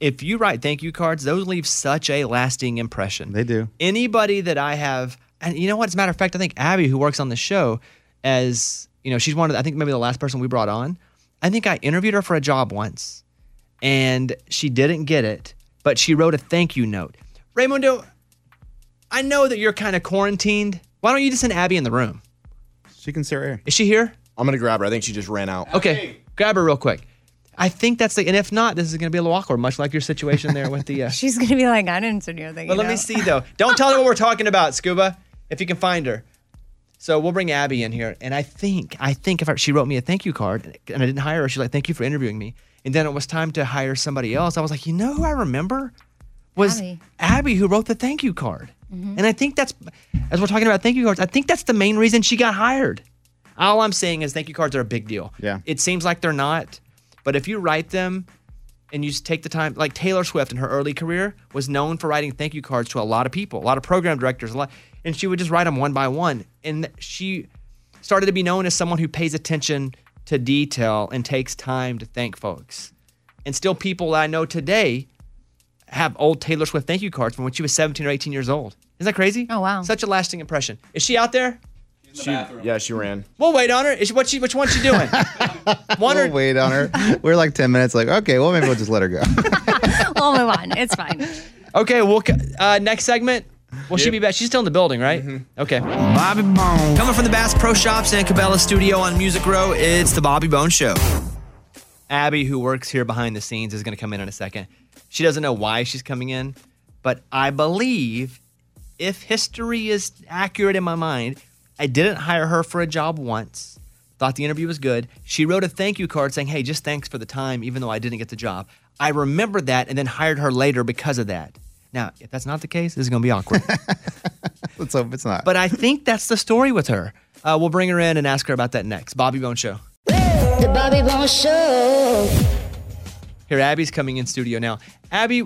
If you write thank you cards, those leave such a lasting impression. They
do.
Anybody that I have, and you know what? As a matter of fact, I think Abby, who works on the show, as you know, she's one of the, I think maybe the last person we brought on. I think I interviewed her for a job once, and she didn't get it, but she wrote a thank you note. Raymundo, I know that you're kind of quarantined. Why don't you just send Abby in the room?
She can sit right here.
Is she here?
I'm gonna grab her. I think she just ran out.
Okay, grab her real quick. I think that's the, and if not, this is going to be a little awkward, much like your situation there with the. Uh,
She's gonna be like, "I didn't send you a thank
but
you
let me
note."
see though. Don't tell her what we're talking about, Scuba, if you can find her. So we'll bring Abby in here, and I think I think if I, she wrote me a thank you card, and I didn't hire her, she's like, "Thank you for interviewing me." And then it was time to hire somebody else. I was like, "You know who I remember was Abby, who wrote the thank you card." And I think that's as we're talking about thank you cards, I think that's the main reason she got hired. All I'm saying is thank you cards are a big deal.
Yeah.
It seems like they're not, but if you write them and you just take the time, like Taylor Swift in her early career was known for writing thank you cards to a lot of people, a lot of program directors, a lot, and she would just write them one by one. And she started to be known as someone who pays attention to detail and takes time to thank folks. And still, people that I know today have old Taylor Swift thank you cards from when she was 17 or 18 years old. Isn't that crazy? Oh wow! Such a lasting impression. Is she out there?
She, yeah, she ran.
We'll wait on her. Is she, what she, which one's she doing? *laughs* One
We'll wait on
*laughs*
her. We're like 10 minutes, like, okay, well, maybe we'll just let her go. *laughs*
*laughs* we'll move on. It's fine.
Okay, we'll c- uh, next segment. Will she be back? She's still in the building, right? Okay. Bobby Bone. Mm-hmm. Coming from the Bass Pro Shops and Cabela Studio on Music Row, it's the Bobby Bone Show. Abby, who works here behind the scenes, is going to come in in a second. She doesn't know why she's coming in, but I believe, if history is accurate in my mind, I didn't hire her for a job once. Thought the interview was good. She wrote a thank you card saying, "Hey, just thanks for the time, even though I didn't get the job." I remembered that and then hired her later because of that. Now, if that's not the case, this is going to be awkward.
Let's hope it's not.
But I think that's the story with her. Uh, we'll bring her in and ask her about that next. Bobby Bone Show.
The Bobby Bone Show.
Here, Abby's coming in studio now. Abby,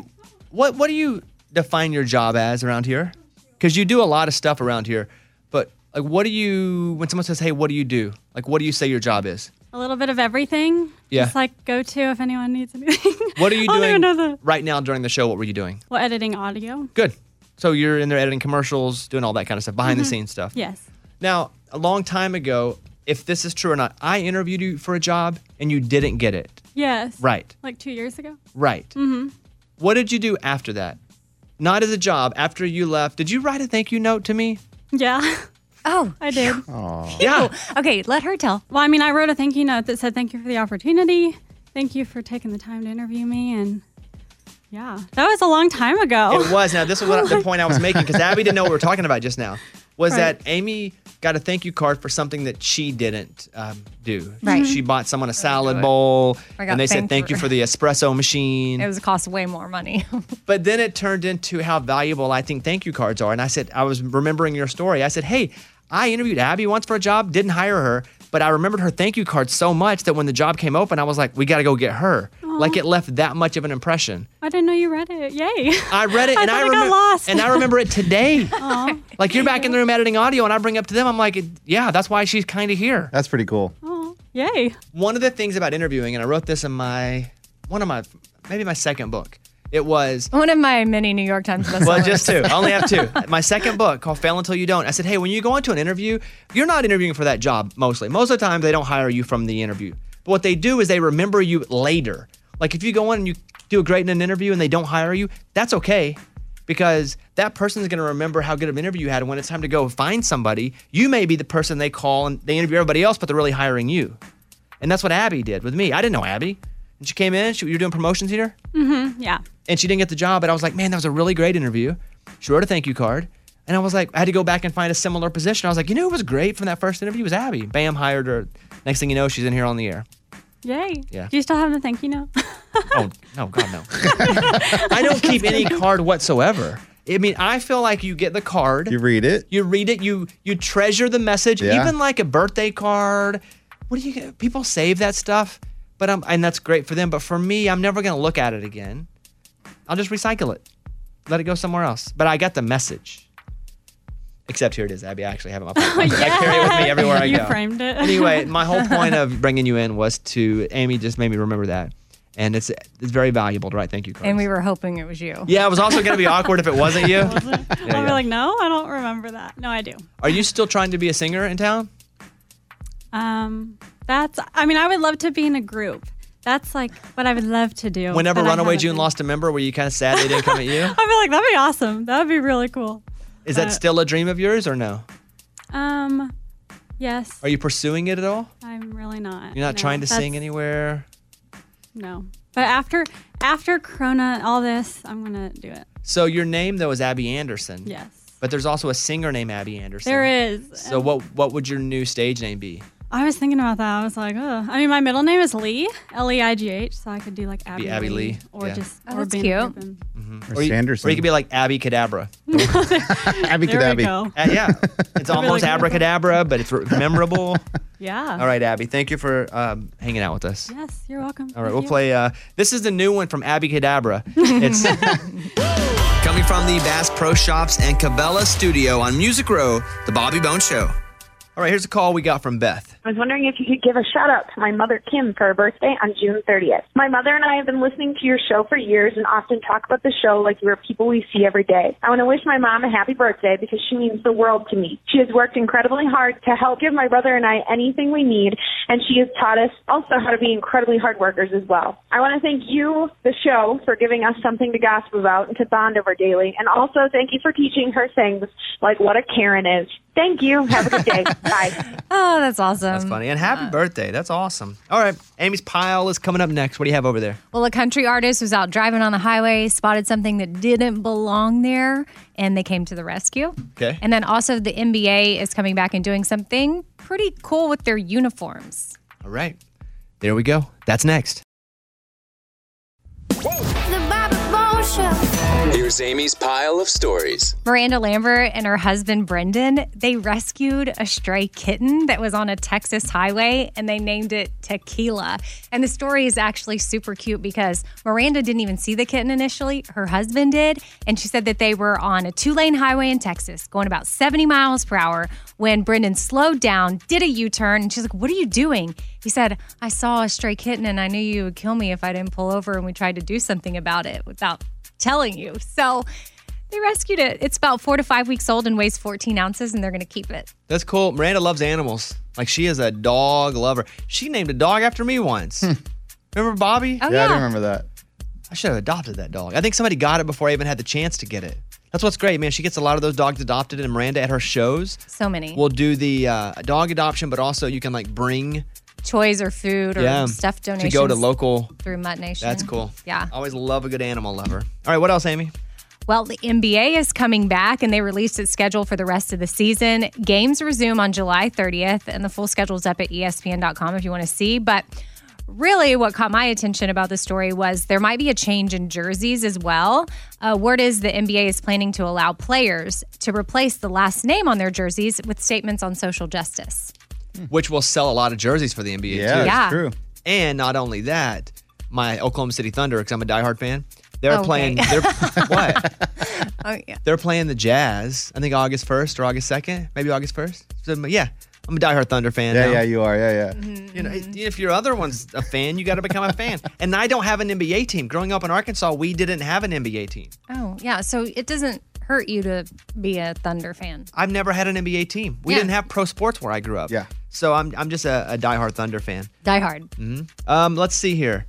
what what do you define your job as around here? Because you do a lot of stuff around here, but like, what do you when someone says, "Hey, what do you do?" Like, what do you say your job is?
A little bit of everything.
Yeah.
Just like go to if anyone needs anything.
What are you
I don't even
doing
know the-
right now during the show? What were you doing?
*laughs* well, editing audio.
Good. So you're in there editing commercials, doing all that kind of stuff, behind
Mhm.
the scenes stuff.
Yes.
Now, a long time ago, if this is true or not, I interviewed you for a job and you didn't get it.
Yes.
Right.
Like two years ago.
Right.
Mm-hmm.
What did you do after that? Not as a job. After you left, did you write a thank you note to me?
Yeah. *laughs*
Oh,
I did.
Aww.
Yeah.
okay, let her tell.
Well, I mean, I wrote a thank you note that said, "Thank you for the opportunity. Thank you for taking the time to interview me." And yeah, that was a long time ago.
*laughs*
It was. Now, this was what, the point I was making because Abby didn't know what we were talking about just now. Was
Right.
that Amy got a thank you card for something that she didn't um, do.
Right.
She bought someone a
do
salad
it.
bowl,
I got
and they said
thanked
thank you
for-
for the espresso machine.
*laughs* It was cost way more money. *laughs*
But then it turned into how valuable I think thank you cards are. And I said, I was remembering your story. I said, hey, I interviewed Abby once for a job, didn't hire her, but I remembered her thank you card so much that when the job came open, I was like, we got to go get her.
Aw.
Like it left that much of an impression.
I didn't know you read it. Yay.
I
*laughs*
read it and I,
thought
remember
got lost.
and I remember it today.
*laughs* Aw.
like you're back in the room editing audio and I bring up to them, I'm like, yeah, that's why she's kind of here.
That's pretty cool.
Yay.
One of the things about interviewing, and I wrote this in my one of my maybe my second book. It was
One of my many New York Times bestsellers.
well, just two. I only
*laughs*
have two. My second book called Fail Until You Don't. I said, hey, when you go into an interview, you're not interviewing for that job mostly. Most of the time, they don't hire you from the interview. But what they do is they remember you later. Like if you go in and you do great in an interview and they don't hire you, that's okay because that person's going to remember how good of an interview you had. And when it's time to go find somebody, you may be the person they call and they interview everybody else, but they're really hiring you. And that's what Abby did with me. I didn't know Abby. And she came in, she, you were doing promotions here
Mm-hmm. Yeah.
and she didn't get the job. And I was like, man, that was a really great interview. She wrote a thank you card. And I was like, I had to go back and find a similar position. I was like, you know who was great from that first interview was Abby. Bam, hired her. Next thing you know, she's in here on the air.
Yay.
Yeah.
Do you still have the thank you note?
Oh, no, God, no. *laughs* I don't keep any card whatsoever. I mean, I feel like you get the card. You
read it.
You read it. You you treasure the message.
Yeah.
Even like a birthday card. What do you get? People save that stuff, but I'm and that's great for them. But for me, I'm never gonna look at it again. I'll just recycle it. Let it go somewhere else. But I got the message. Except here it is, Abby. I actually have it. on
*laughs*
my phone. I carry it with me everywhere I
you
go.
framed it.
Anyway, my whole
*laughs*
point of bringing you in was to Amy just made me remember that, and it's it's very valuable to write thank you cards.
and we were hoping it was you.
Yeah, it was also going to be awkward if it
*laughs*
wasn't you. Yeah,
I'll be
yeah.
like, no, I don't remember that. No, I do.
Are you still trying to be a singer in town?
Um, that's. I mean, I would love to be in a group. That's like what I would love to do.
Whenever
but I
Runaway
haven't.
June lost a member, were you kind of sad they didn't come
*laughs*
at you?
I feel like that'd be awesome. That would be really cool.
Is that
Uh,
still a dream of yours or no?
Um, yes,
Are you pursuing it at all?
I'm really not.
You're not
No,
trying to
that's-
sing anywhere.
No, but after after Corona, and all this, I'm gonna do it.
So your name though is Abby Anderson.
Yes,
But there's also a singer named Abby Anderson.
there is.
So what what would your new stage name be?
I was thinking about that. I was like, oh, I mean, my middle name is Lee, L E I G H, so I could do like Abby,
be Abby Lee.
or
Yeah.
just
Oh,
or
that's
being
cute.
a group and-
Or you-
Sanderson.
Or you could be like Abby
*laughs*
Cadabra.
Abby
There we
Cadabby.
go.
Uh,
*laughs*
yeah, it's almost abracadabra, but it's re- memorable.
Yeah.
All right, Abby, thank you for um, hanging out with us.
Yes, you're welcome.
All right,
Thank
we'll
you.
play. Uh, this is the new one from Abby
*laughs*
Cadabra.
*laughs*
It's
Coming from the Bass Pro Shops and Cabela Studio on Music Row, The Bobby Bone Show.
all right. Here's a call we got from Beth.
I was wondering if you could give a shout out to my mother, Kim, for her birthday on June 30th. My mother and I have been listening to your show for years and often talk about the show like you are people we see every day. I want to wish my mom a happy birthday because she means the world to me. She has worked incredibly hard to help give my brother and I anything we need, and she has taught us also how to be incredibly hard workers as well. I want to thank you, the show, for giving us something to gossip about and to bond over daily, and also thank you for teaching her things like what a Karen is. Thank you. Have a good day. Bye.
Oh, that's awesome.
Um,
That's
funny. And
uh,
happy birthday. That's awesome. All right, Amy's pile is coming up next. What do you have over there?
Well, a country artist was out driving on the highway, spotted something that didn't belong there, and they came to the rescue.
Okay.
And then also the NBA is coming back and doing something pretty cool with their uniforms.
All right, there we go. That's next.
The Bobby Bone Show.
Here's Amy's pile of stories.
Miranda Lambert and her husband Brendan, they rescued a stray kitten that was on a Texas highway and they named it Tequila. And the story is actually super cute because Miranda didn't even see the kitten initially, her husband did, and she said that they were on a two-lane highway in Texas going about 70 miles per hour when Brendan slowed down, did a U-turn, and she's like, "What are you doing?" He said, "I saw a stray kitten and I knew you would kill me if I didn't pull over and we tried to do something about it without telling you." So they rescued it. It's about four to five weeks old and weighs 14 ounces, and they're going to keep it.
That's cool. Miranda loves animals. Like she is a dog lover. She named a dog after me once. remember Bobby?
Oh, Hmm. Yeah, I do yeah. remember
that. I should have adopted that dog. I think somebody got it before I even had the chance to get it. That's what's great, man. She gets a lot of those dogs adopted, and Miranda at her shows
So many
will do the uh, dog adoption, but also you can like bring
toys or food or stuff donations
to go to local.
through Mutt Nation.
That's cool.
Yeah.
I always love a good animal lover. All right, what else, Amy?
Well, the NBA is coming back and they released its schedule for the rest of the season. Games resume on July 30th, and the full schedule's up at E ESPN.com if you want to see. But really, what caught my attention about the story was there might be a change in jerseys as well. Uh, word is the NBA is planning to allow players to replace the last name on their jerseys with statements on social justice.
which will sell a lot of jerseys for the NBA.
Yeah,
too.
that's Yeah. true.
And not only that, my Oklahoma City Thunder, because I'm a diehard fan, they're
Okay.
playing.
*laughs*
They're what?
Oh, yeah.
They're playing the Jazz. I think August first or August second, maybe August first. So yeah, I'm a diehard Thunder fan.
Yeah,
now.
yeah, you are. Yeah, yeah.
You know, if your other one's a fan, you got to become a fan. *laughs* And I don't have an NBA team. Growing up in Arkansas, we didn't have an NBA team.
Oh, yeah. So it doesn't hurt you to be a Thunder fan.
I've never had an NBA team. We
Yeah.
didn't have pro sports where I grew up. Yeah. So I'm I'm just a, a diehard Thunder fan.
Die hard.
hmm Um, let's see here.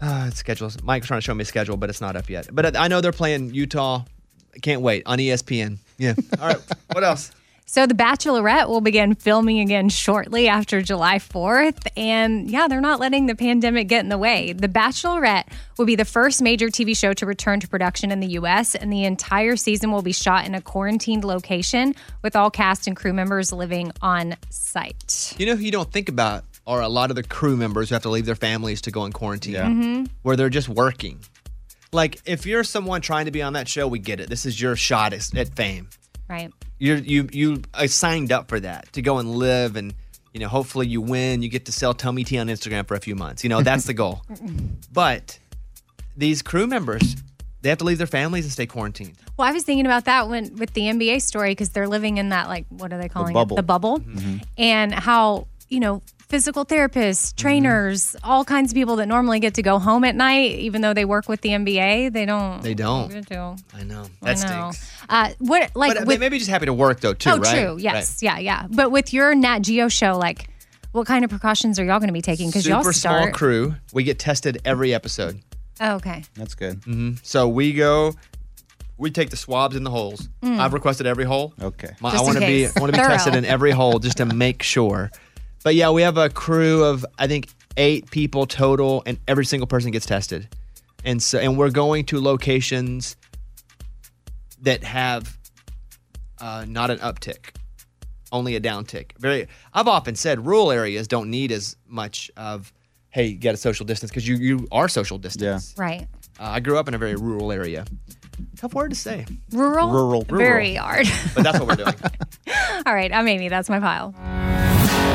Uh, schedules. Mike's trying to show me schedule, but it's not up yet. But I I know they're playing Utah. I can't wait on E ESPN. Yeah. *laughs* All right. What else?
So The Bachelorette will begin filming again shortly after July 4th. And yeah, they're not letting the pandemic get in the way. The Bachelorette will be the first major TV show to return to production in the U.S., and the entire season will be shot in a quarantined location with all cast and crew members living on site.
You know who you don't think about are a lot of the crew members who have to leave their families to go in quarantine,
Mhm.
where they're just working. Like if you're someone trying to be on that show, we get it. This is your shot at, at fame.
Right.
You're, you you I signed up for that to go and live and you know hopefully you win. You get to sell tummy tea on Instagram for a few months. You know that's the goal. But these crew members, they have to leave their families and stay quarantined.
Well, I was thinking about that when with the NBA story because they're living in that like what are they calling
bubble.
it? The bubble, and how you know physical therapists,
Mm-hmm.
trainers, all kinds of people that normally get to go home at night, even though they work with the NBA, they don't.
They don't.
They don't.
I know
I
that
know.
stinks.
Uh, what like
but
with
they may be just happy to work though too,
oh
right?
true yes yeah yeah but with your Nat Geo show like what kind of precautions are y'all going to be taking because y'all
Super small
start
crew. We get tested every episode.
oh, okay
That's good. hmm So we go, we take the swabs in the holes.
Mm.
I've requested every hole. Okay. I
Just in
want to be
case.
want to be
Thorough.
tested in every hole
*laughs*
just to make sure. But yeah, we have a crew of I think eight people total, and every single person gets tested. And so and we're going to locations that have uh, not an uptick, only a downtick. Very. I've often said rural areas don't need as much of hey, you got to social distance because you you are social distance.
right
Uh, I grew up in a very rural area, Tough word to say.
rural
Rural,
very
rural.
hard *laughs*
but that's *laughs* what we're doing.
all right I'm Amy that's my pile.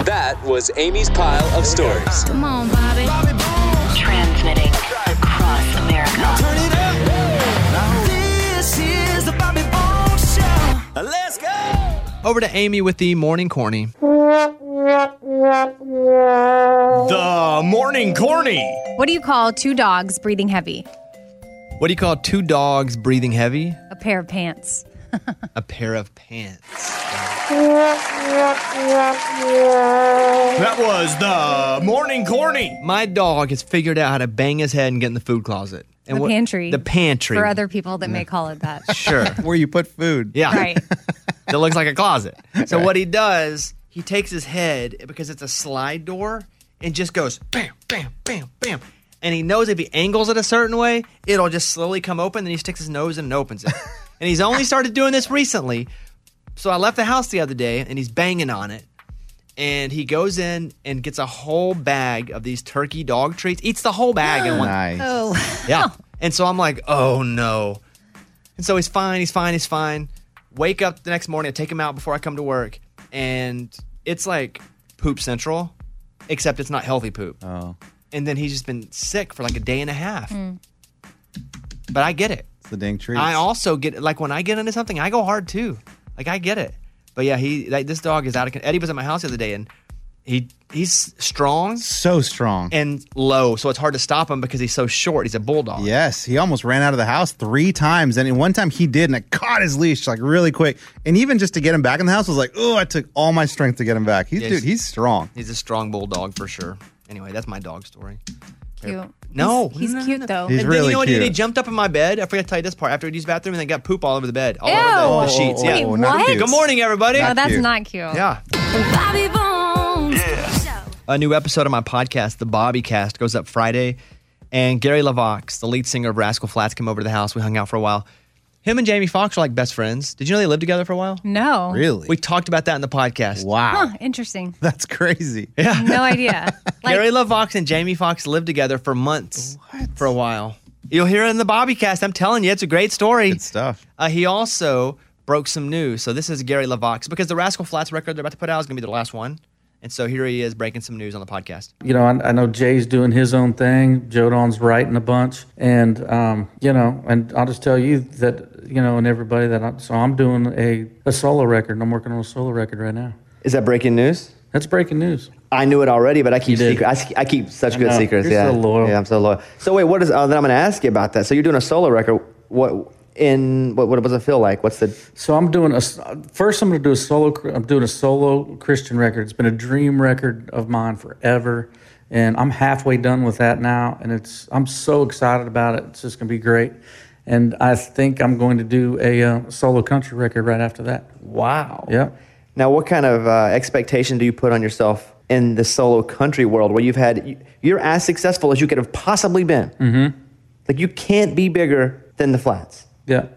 That was Amy's pile of stories.
Come on, Bobby. Transmitting across America. Turn it up. This is the Bobby Bones Show.
Let's go.
Over to Amy with the morning corny.
The morning corny.
What do you call two dogs breathing heavy?
What do you call two dogs breathing heavy?
A pair of pants.
A pair of pants.
That
was the morning corny. My dog has figured out how to bang his head and get in the food closet. And
the
what-
pantry.
The pantry.
For other people that may call it that.
*laughs* Sure. Where you put food. Yeah.
Right.
That looks like a closet. So what he does, he takes his head because it's a slide door and just goes bam, bam, bam, bam. And he knows if he angles it a certain way, it'll just slowly come open. Then he sticks his nose in and opens it. and he's only started doing this recently. So I left the house the other day and he's banging on it. And he goes in and gets a whole bag of these turkey dog treats, eats the whole bag in one.
Oh.
Yeah. And so I'm like, oh no. And so he's fine, he's fine, he's fine. Wake up the next morning, I take him out before I come to work, and it's like poop central, except it's not healthy poop. Oh. Hmm. And then he's just been sick for like a day and a half. But I get it.
It's the dang tree.
I also get like when I get into something, I go hard too. Like I get it. But yeah, he like this dog is out of. con- Eddie was at my house the other day, and he he's strong
So strong.
and low, so it's hard to stop him because he's so short. He's a bulldog.
Yes, he almost ran out of the house three times, and one time he did, and I caught his leash like really quick. And even just to get him back in the house was like, oh, I took all my strength to get him back. He's
Yes.
dude, he's strong.
He's a strong bulldog for sure. Anyway, that's my dog story.
Cute.
No.
He's, he's cute though.
and then you know what he did? He jumped up in my bed. I forgot to tell you this part. After he used the bathroom, and then got poop all over the bed, all over the, the
Ew.
sheets.
Wait,
yeah.
Not what? cute.
Good morning, everybody.
No, that's not cute.
Yeah.
Bobby Bones.
A new episode of my podcast, The Bobby Cast, goes up Friday. And Gary LaVox, the lead singer of Rascal Flats, came over to the house. We hung out for a while. Him and Jamie Foxx are like best friends. Did you know they lived together for a while?
No.
We talked about that in the podcast.
*laughs* Huh,
*laughs*
interesting.
That's crazy.
Yeah.
No idea.
Gary Love Fox and Jamie Foxx lived together for months. For a while. You'll hear it in the Bobbycast. I'm telling you, it's a great story. Good
stuff.
Uh, he also broke some news. So this is Gary LaVox because the Rascal Flats record they're about to put out is going to be their last one. And so here he is breaking some news on the podcast.
You know, I, I know Jay's doing his own thing. Jodon's writing a bunch, and um, you know, and I'll just tell you that you know, and everybody that I, so I'm doing a a solo record. and I'm working on a solo record right now.
Is that breaking news?
That's breaking news.
I knew it already, but I keep
You did.
secret. I, s- I keep such
I
good
know.
secrets.
You're
yeah,
so loyal.
yeah, I'm so loyal. So wait, what is? Uh, then I'm going to ask you about that. So you're doing a solo record. What in what? What does it feel like? What's the?
So I'm doing a s- first. I'm going to do a solo. I'm doing a solo Christian record. It's been a dream record of mine forever, and I'm halfway done with that now. And it's I'm so excited about it. It's just going to be great. And I think I'm going to do a uh, solo country record right after that.
Wow.
Yep.
Now, what kind of uh, expectation do you put on yourself in the solo country world, where you've had you- you're as successful as you could have possibly been?
Mm-hmm.
Like you can't be bigger than the flats.
Yeah.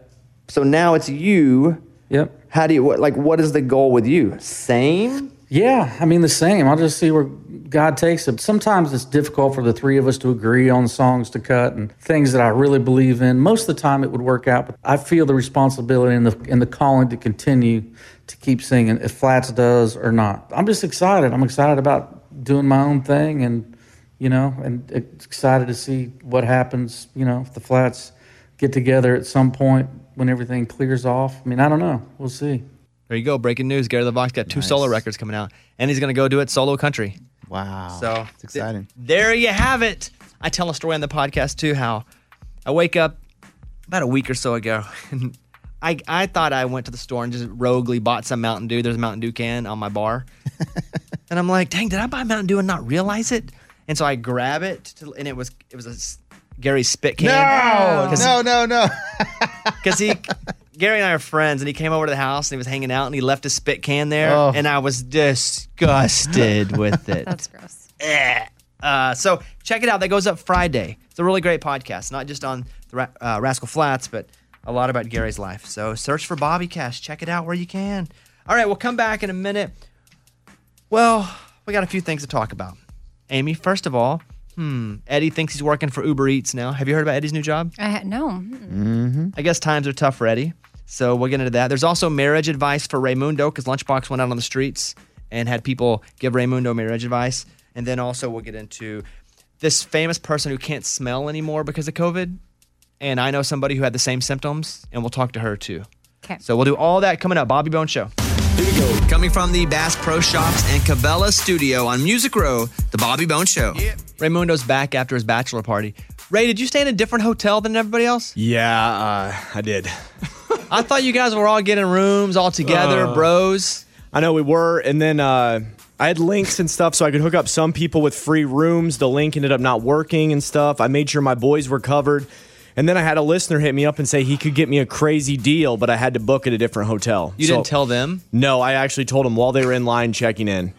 So now it's you.
Yep.
How do you what, like? What is the goal with you? Same.
Yeah, I mean the same. I'll just see where God takes it. Sometimes it's difficult for the three of us to agree on songs to cut and things that I really believe in. Most of the time it would work out, but I feel the responsibility and the and the calling to continue to keep singing if Flats does or not. I'm just excited. I'm excited about doing my own thing and you know, and excited to see what happens, you know, if the Flats get together at some point when everything clears off. I mean, I don't know. We'll see.
There you go, breaking news. Gary LaVox got two solo records coming out, and he's going to go do it solo country. Wow.
*laughs*
So it's exciting. there you have it. I tell a story on the podcast too how I wake up about a week or so ago, *laughs* and I, I thought I went to the store and just roguely bought some Mountain Dew. There's a Mountain Dew can on my bar. and I'm like, dang, did I buy Mountain Dew and not realize it? And so I grab it, to, and it was it was a s- Gary spit can.
No,
'Cause-
no, no, no. *laughs*
because he, Gary and I are friends, and he came over to the house and he was hanging out and he left his spit can there,
Oh.
and I was disgusted with it.
That's gross.
Eh. Uh, so check it out. That goes up Friday. It's a really great podcast, not just on the Ra- uh, Rascal Flats, but a lot about Gary's life. So search for Bobby Cash. Check it out where you can. All right, we'll come back in a minute. Well, we got a few things to talk about. Amy, first of all, hmm, Eddie thinks he's working for Uber Eats now. Have you heard about Eddie's new job?
I ha- no.
Mm-hmm. I guess times are tough, Reddy. So we'll get into that. There's also marriage advice for Raymundo because Lunchbox went out on the streets and had people give Raymundo marriage advice. And then also we'll get into this famous person who can't smell anymore because of COVID. And I know somebody who had the same symptoms, and we'll talk to her too.
Okay.
So we'll do all that coming up. Bobby Bone Show.
Here we go. Coming from the Bass Pro Shops and Cabela Studio on Music Row, the Bobby Bone Show.
Raymundo's back after his bachelor party. Ray, did you stay in a different hotel than everybody else?
Yeah, uh, I did.
*laughs* I thought you guys were all getting rooms all together,
Uh,
bros.
I know we were, and then uh, I had links and stuff, so I could hook up some people with free rooms. The link ended up not working and stuff. I made sure my boys were covered, and then I had a listener hit me up and say he could get me a crazy deal, but I had to book at a different hotel.
You
So-
didn't tell them?
No, I actually told them while they were in line checking in.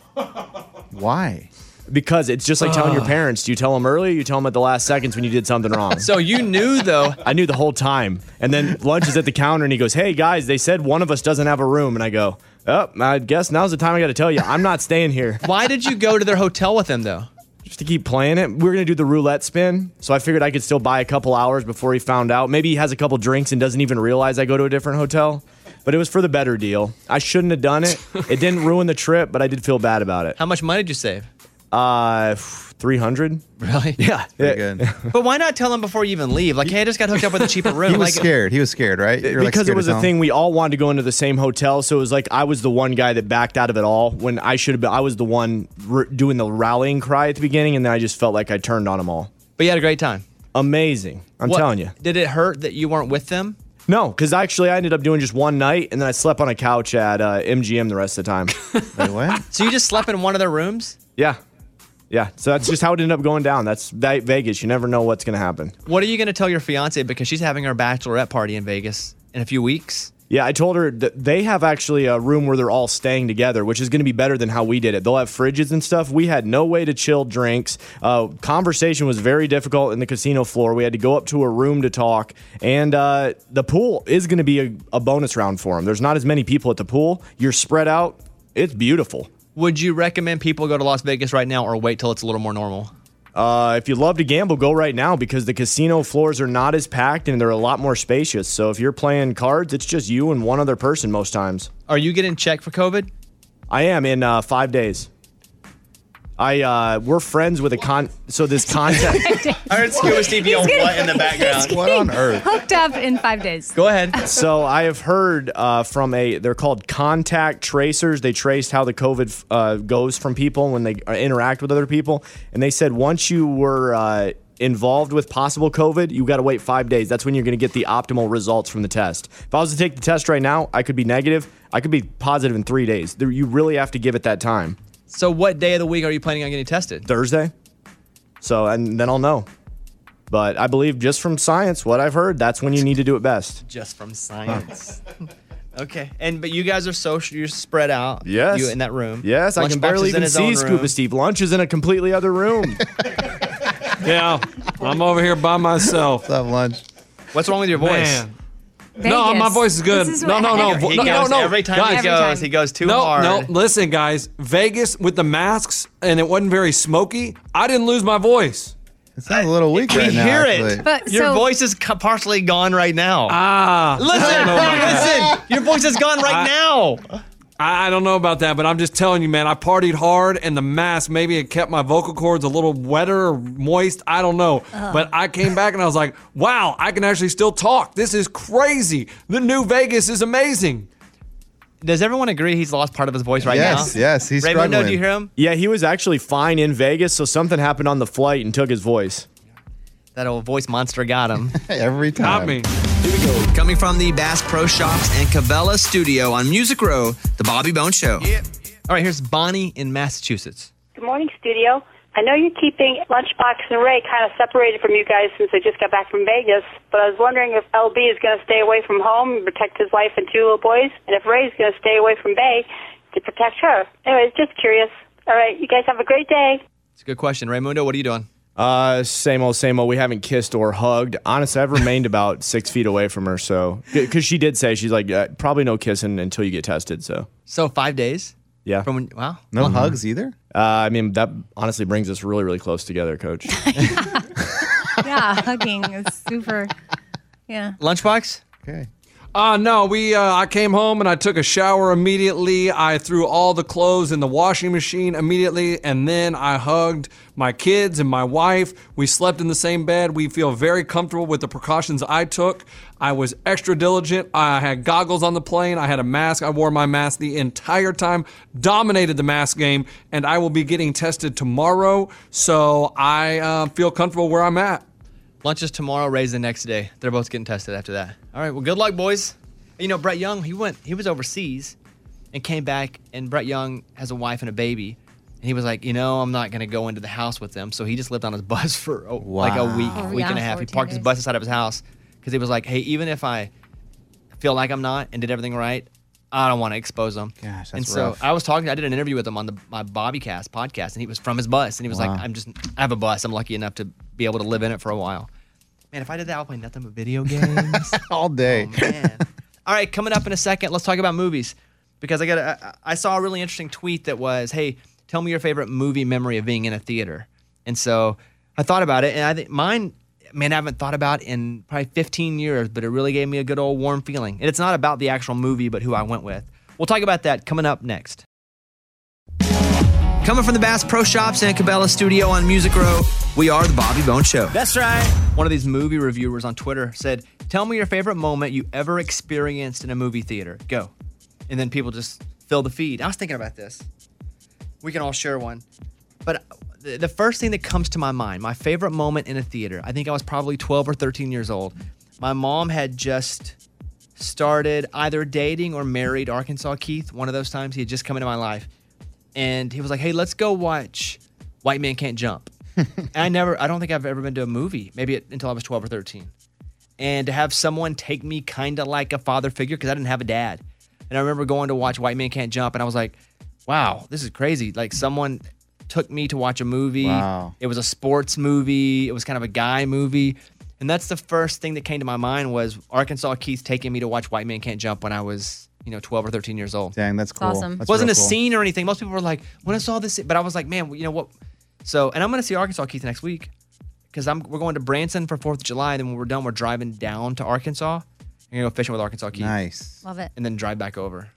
Why? Because it's just like telling your
Ugh.
parents. Do you tell them early? Or you tell them at the last seconds when you did something wrong.
So you knew though.
I knew the whole time. And then lunch is at the counter, and he goes, "Hey guys, they said one of us doesn't have a room." And I go, "Oh, I guess now's the time I got to tell you, I'm not staying here."
Why did you go to their hotel with him though?
Just to keep playing it. We were gonna do the roulette spin, so I figured I could still buy a couple hours before he found out. Maybe he has a couple drinks and doesn't even realize I go to a different hotel. But it was for the better deal. I shouldn't have done
*laughs*
it. It didn't ruin the trip, but I did feel bad about it.
How much money did you save?
Uh, three hundred.
Really?
Yeah. Pretty *laughs*
good.
But why not tell him before you even leave? Like, hey, I just got hooked up with a cheaper room.
He was
like,
scared. He was scared, right? You were, like,
because
scared
it
to
was
tell
a
him?
thing we all wanted to go into the same hotel so it was like i was the one guy that backed out of it all when i should have been i was the one r- doing the rallying cry at the beginning and then i just felt like i turned on them all
but you had a great time
amazing i'm
what-
telling you
Did it hurt that you weren't with them?
no because actually i ended up doing just one night and then i slept on a couch at uh, mgm the rest of the time Wait, what
So you just slept in one of their rooms?
yeah yeah so that's just how it ended up going down that's that vegas you never know what's gonna happen
What are you going to tell your fiance because she's having her bachelorette party in Vegas in a few weeks?
Yeah, I told her that they have actually a room where they're all staying together, which is going to be better than how we did it. They'll have fridges and stuff. We had no way to chill drinks. Uh, conversation was very difficult in the casino floor. We had to go up to a room to talk. And uh, the pool is going to be a, a bonus round for them. There's not as many people at the pool. You're spread out. It's beautiful.
Would you recommend people go to Las Vegas right now or wait till it's a little more normal?
Uh, if you love to gamble, go right now because the casino floors are not as packed and they're a lot more spacious. So if you're playing cards, it's just you and one other person most times.
Are you getting checked for COVID?
I am in uh, five days. I uh, we're friends with a con. So this contact.
I heard Scuba Steve yell what *laughs* in the background.
What on earth?
Hooked up in five days.
*laughs* Go ahead.
so I have heard uh, from a they're called contact tracers. They traced how the COVID uh, goes from people when they uh, interact with other people, and they said once you were uh, involved with possible COVID, you got to wait five days. That's when you're going to get the optimal results from the test. If I was to take the test right now, I could be negative. I could be positive in three days. There- You really have to give it that time.
So what day of the week are you planning on getting tested?
Thursday. So and then I'll know. But I believe just from science, what I've heard, that's when you need to do it best.
Just from science. *laughs* okay. And but you guys are social. You're spread out.
Yes.
You in that room.
Yes, I can
Lunchbox
barely
is
even
in his own
see Scuba
room.
Steve. Lunch is in a completely other
*laughs*
room.
yeah, I'm over here by myself. What's
up, lunch?
What's wrong with your voice?
No, my voice is good. no, no, no,
He
no, no,
goes-
no.
Every time
Guys,
he goes, he goes too
no,
hard.
No, listen, guys. Vegas with the masks and it wasn't very smoky. I didn't lose my voice.
It sounds a little weak
we
right now, hear it. actually.
But
Your
so-
voice is cu- partially gone right now.
Ah.
Listen, listen. *laughs* Your voice is gone right now.
I, I don't know about that, but I'm just telling you, man. I partied hard, and the mask maybe it kept my vocal cords a little wetter or moist. I don't know,
Ugh.
but I came back and I was like, wow, I can actually still talk. This is crazy. The new Vegas is amazing.
Does everyone agree he's lost part of his voice right now? Raymond, do you hear him?
Yeah, he was actually fine in Vegas, so something happened on the flight and took his voice.
That old voice monster got
*laughs*
him.
Every
time.
me.
Coming from the Bass Pro Shops and Cabela Studio on Music Row, The Bobby Bone Show.
All right, here's Bonnie in Massachusetts.
Good morning, studio. I know you're keeping Lunchbox and Ray kind of separated from you guys since they just got back from Vegas, but I was wondering if LB is going to stay away from home and protect his wife and two little boys, and if Ray's going to stay away from Bay to protect her. Anyways, just curious. All right, you guys have a great day.
It's a good question. Raymundo, what are you doing?
Uh, same old, same old. We haven't kissed or hugged. Honestly, I've remained about *laughs* six feet away from her. So, because she did say she's like uh, probably no kissing until you get tested. So,
So five days.
yeah.
From when, Uh-huh. wow.
No hugs either.
Uh, I mean, that honestly brings us really, really close
*laughs*
together, Coach.
yeah, *laughs* hugging is super. Yeah.
Lunchbox.
Okay.
Uh, no, we. Uh, I came home and I took a shower immediately. I threw all the clothes in the washing machine immediately, and then I hugged my kids and my wife. We slept in the same bed. We feel very comfortable with the precautions I took. I was extra diligent. I had goggles on the plane. I had a mask. I wore my mask the entire time. Dominated the mask game, and I will be getting tested tomorrow. So I uh, feel comfortable where I'm at.
Lunch is tomorrow. Ray's the next day. They're both getting tested after that. All right. Well, good luck, boys. You know, Brett Young, he went, he was overseas and came back, and Brett Young has a wife and a baby. And he was like, you know, I'm not going to go into the house with them. So he just lived on his *laughs* bus for oh, like a
Wow.
week,
Oh,
week
yeah,
and a half. He
14
parked his bus inside of his house because he was like, hey, even if I feel like I'm not and did everything right, I don't want to expose them.
Gosh, that's
and so
rough.
I was talking, I did an interview with him on the my Bobbycast podcast, and he was from his bus. And he was
Wow.
like, I'm just, I have a bus. I'm lucky enough to be able to live in it for a while. Man, if I did that, I'll play nothing but video games
*laughs*
Oh,
all day.
All right, coming up in a second, let's talk about movies because I got I, I saw a really interesting tweet that was, "Hey, tell me your favorite movie memory of being in a theater." And so I thought about it, and I think mine, man, I haven't thought about in probably 15 years, but it really gave me a good old warm feeling. And it's not about the actual movie, but who I went with. We'll talk about that coming up next.
Coming from the Bass Pro Shops and Cabela Studio on Music Row, we are The Bobby Bone Show.
That's right. One of these movie reviewers on Twitter said, Tell me your favorite moment you ever experienced in a movie theater. Go. And then people just fill the feed. I was thinking about this. We can all share one. But uh, the the first thing that comes to my mind, my favorite moment in a theater, I think I was probably 12 or 13 years old. My mom had just started either dating or married Arkansas Keith, one of those times. He had just come into my life. And he was like, Hey, let's go watch White
*laughs*
Man Can't Jump. And I never, I don't think I've ever been to a movie, maybe it, until I was 12 or 13. and to have someone take me kind of like a father figure because I didn't have a dad. And I remember going to watch White Man Can't Jump, and I was like, wow, this is crazy. Like someone took me to watch a movie.
Wow.
It was a sports movie. It was kind of a guy movie. And that's the first thing that came to my mind was Arkansas Keith taking me to watch White Man Can't Jump when I was, you know, 12 or 13 years old.
Dang, that's cool.
Awesome.
That's
wasn't
real
a
cool.
scene or anything. Most people were like, when I saw this, but I was like, man, you know what? So, and I'm going to see Arkansas Keith next week because I'm we're going to Branson for 4th of July. Then when we're done, we're driving down to Arkansas. We're going to go fishing with Arkansas Keith.
Nice.
Love it.
And then drive back over.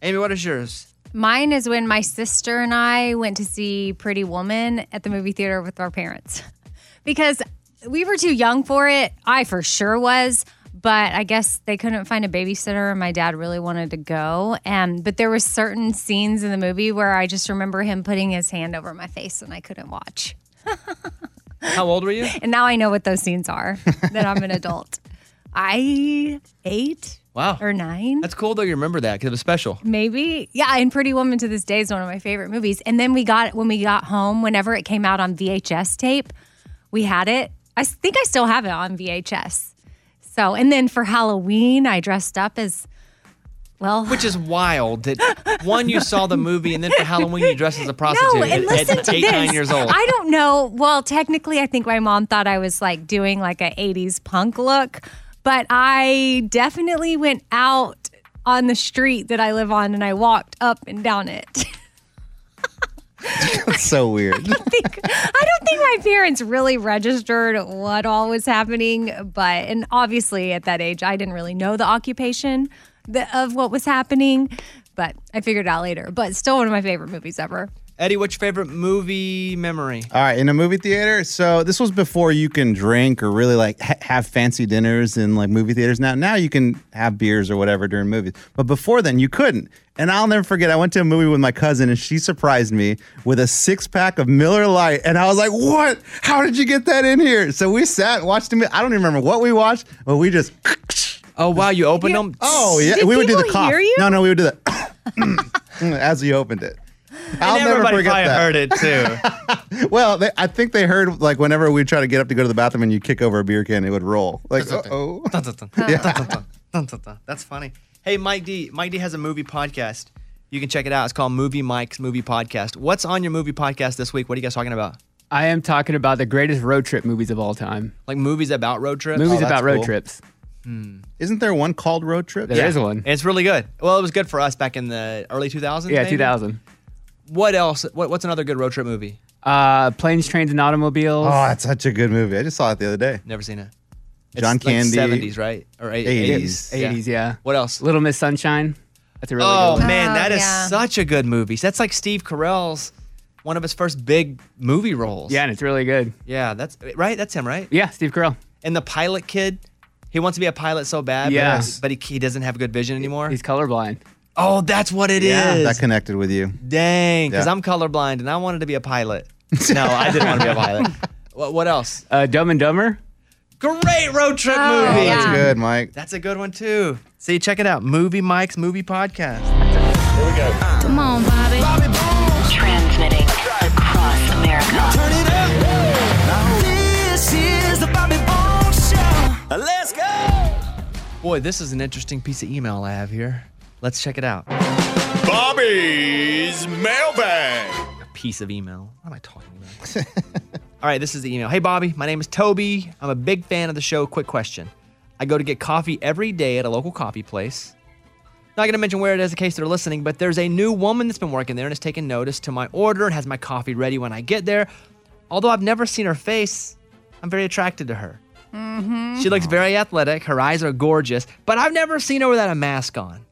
Amy, what is yours?
Mine is when my sister and I went to see Pretty Woman at the movie theater with our parents *laughs* because we were too young for it. I for sure was, but I guess they couldn't find a babysitter and my dad really wanted to go. And but there were certain scenes in the movie where I just remember him putting his hand over my face and I couldn't watch.
How
*laughs*
old were you?
And now I know what those scenes are *laughs* that I'm an adult. I eight
Wow.
or nine.
That's cool though you remember that because it was special.
Maybe. Yeah, and Pretty Woman to this day is one of my favorite movies. And then we got when we got home, whenever it came out on VHS tape, we had it. I s- think I still have it on VHS. So, and then for Halloween, I dressed up as well.
*laughs* Which is wild that one, you saw the movie, and then for Halloween, you dressed as a
*laughs*
prostitute
No, and
at-
listen
at
to
eight,
this.
nine years old.
I don't know. Well, technically, I think my mom thought I was like doing like a '80s punk look, but I definitely went out on the street that I live on, and I walked up and down it. *laughs*
That's so weird.
I don't think my parents really registered what all was happening, but and obviously at that age I didn't really know the occupation the, of what was happening, but I figured it out later. But still one of my favorite movies ever.
Eddie, what's your favorite movie memory?
All right, in a movie theater. So this was before you can drink or really like ha- have fancy dinners in like movie theaters. Now, now you can have beers or whatever during movies, but before then you couldn't. And I'll never forget. I went to a movie with my cousin, and she surprised me with a six pack of Miller Lite, and I was like, "What? How did you get that in here?" So we sat, watched him. I don't even remember what we watched, but we just.
Oh wow! You opened them.
Oh yeah,
Did
we would do the
people
cough.
hear you?
No, no, we would do the *coughs* as we opened it. I'll
and
never
everybody
forget
probably
that.
heard
*laughs*
it too.
Well, they, I think they heard like whenever we try to get up to go to the bathroom and you kick over a beer can, it would roll. Like, oh,
That's funny. Hey, Mike D. Mike D has a movie podcast. You can check it out. It's called Movie Mike's Movie Podcast. What's on your movie podcast this week? What are you guys talking about?
I am talking about the greatest road trip movies of all time.
Like movies about road trips.
Movies about road trips.
isn't there one called Road Trip?
There is one.
It's really good. Well, it was good for us back in the early 2000s.
Yeah,
maybe?
2000.
What else? What, what's another good road trip movie?
Uh, planes, trains, and automobiles.
Oh, that's such a good movie. I just saw it the other day.
Never seen it.
John
like
Candy.
70s, right? Or eight- 80s.
80s. 80s, yeah.
What else?
Little Miss Sunshine. That's a really
oh
good one.
man, that is such a good movie. That's like Steve Carell's one of his first big movie roles.
Yeah, and it's really good.
Yeah, that's right. That's him, right?
Yeah, Steve Carell.
And the pilot kid, he wants to be a pilot so bad. but-
Yes.
But, he, he doesn't have good vision anymore. He's
colorblind.
Oh, that's what it is.
That connected with you.
Dang, because
Yeah.
I'm colorblind and I wanted to be
*laughs*
a pilot. No, I didn't want to be a pilot. What, what else?
*laughs* Uh, Dumb and Dumber.
Great road trip
Oh,
movie.
that's yeah.
good, Mike.
That's a good one too. See, check it out. Movie Mike's Movie Podcast.
Here we go. Come on, Bobby. Bobby Bones. Transmitting across America. turn it up. This is the Bobby Bones Show. Let's go.
Boy, this is an interesting piece of email I have here. Let's check it out.
Bobby's mailbag.
A piece of email. What am I talking
*laughs*
about? All right, this is the email. Hey, Bobby, my name is Toby. I'm a big fan of the show. Quick question I go to get coffee every day at a local coffee place. Not going to mention where it is in case they're listening, but there's a new woman that's been working there and has taken notice to my order and has my coffee ready when I get there. Although I've never seen her face, I'm very attracted to her.
Mm-hmm.
She looks very athletic. Her eyes are gorgeous, but I've never seen her without a mask on.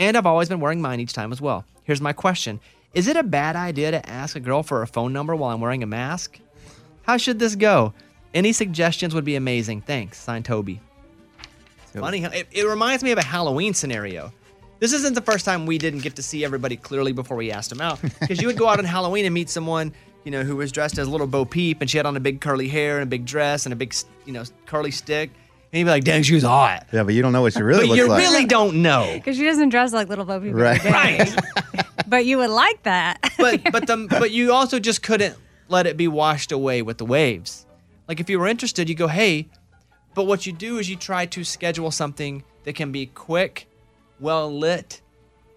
And I've always been wearing mine each time as well. Here's my question Is it a bad idea to ask a girl for her phone number while I'm wearing a mask? How should this go? Any suggestions would be amazing. Thanks. Signed Toby. Funny, how- it, it reminds me of a Halloween scenario. This isn't the first time we didn't get to see everybody clearly before we asked them out. Because you would go out on Halloween and meet someone, you know, who was dressed as little Bo Peep, and she had on a big curly hair and a big dress and a big, you know, curly stick. And you'd be like, dang, she was hot.
Yeah, but you don't know what she really
but
looks
you
like.
really don't know.
Because she doesn't dress like little Bo Peep, every
Right.
day. *laughs* but you would like that. *laughs*
but but the
*laughs*
but you also just couldn't let it be washed away with the waves. Like if you were interested, you go, hey, But what you do is you try to schedule something that can be quick, well lit,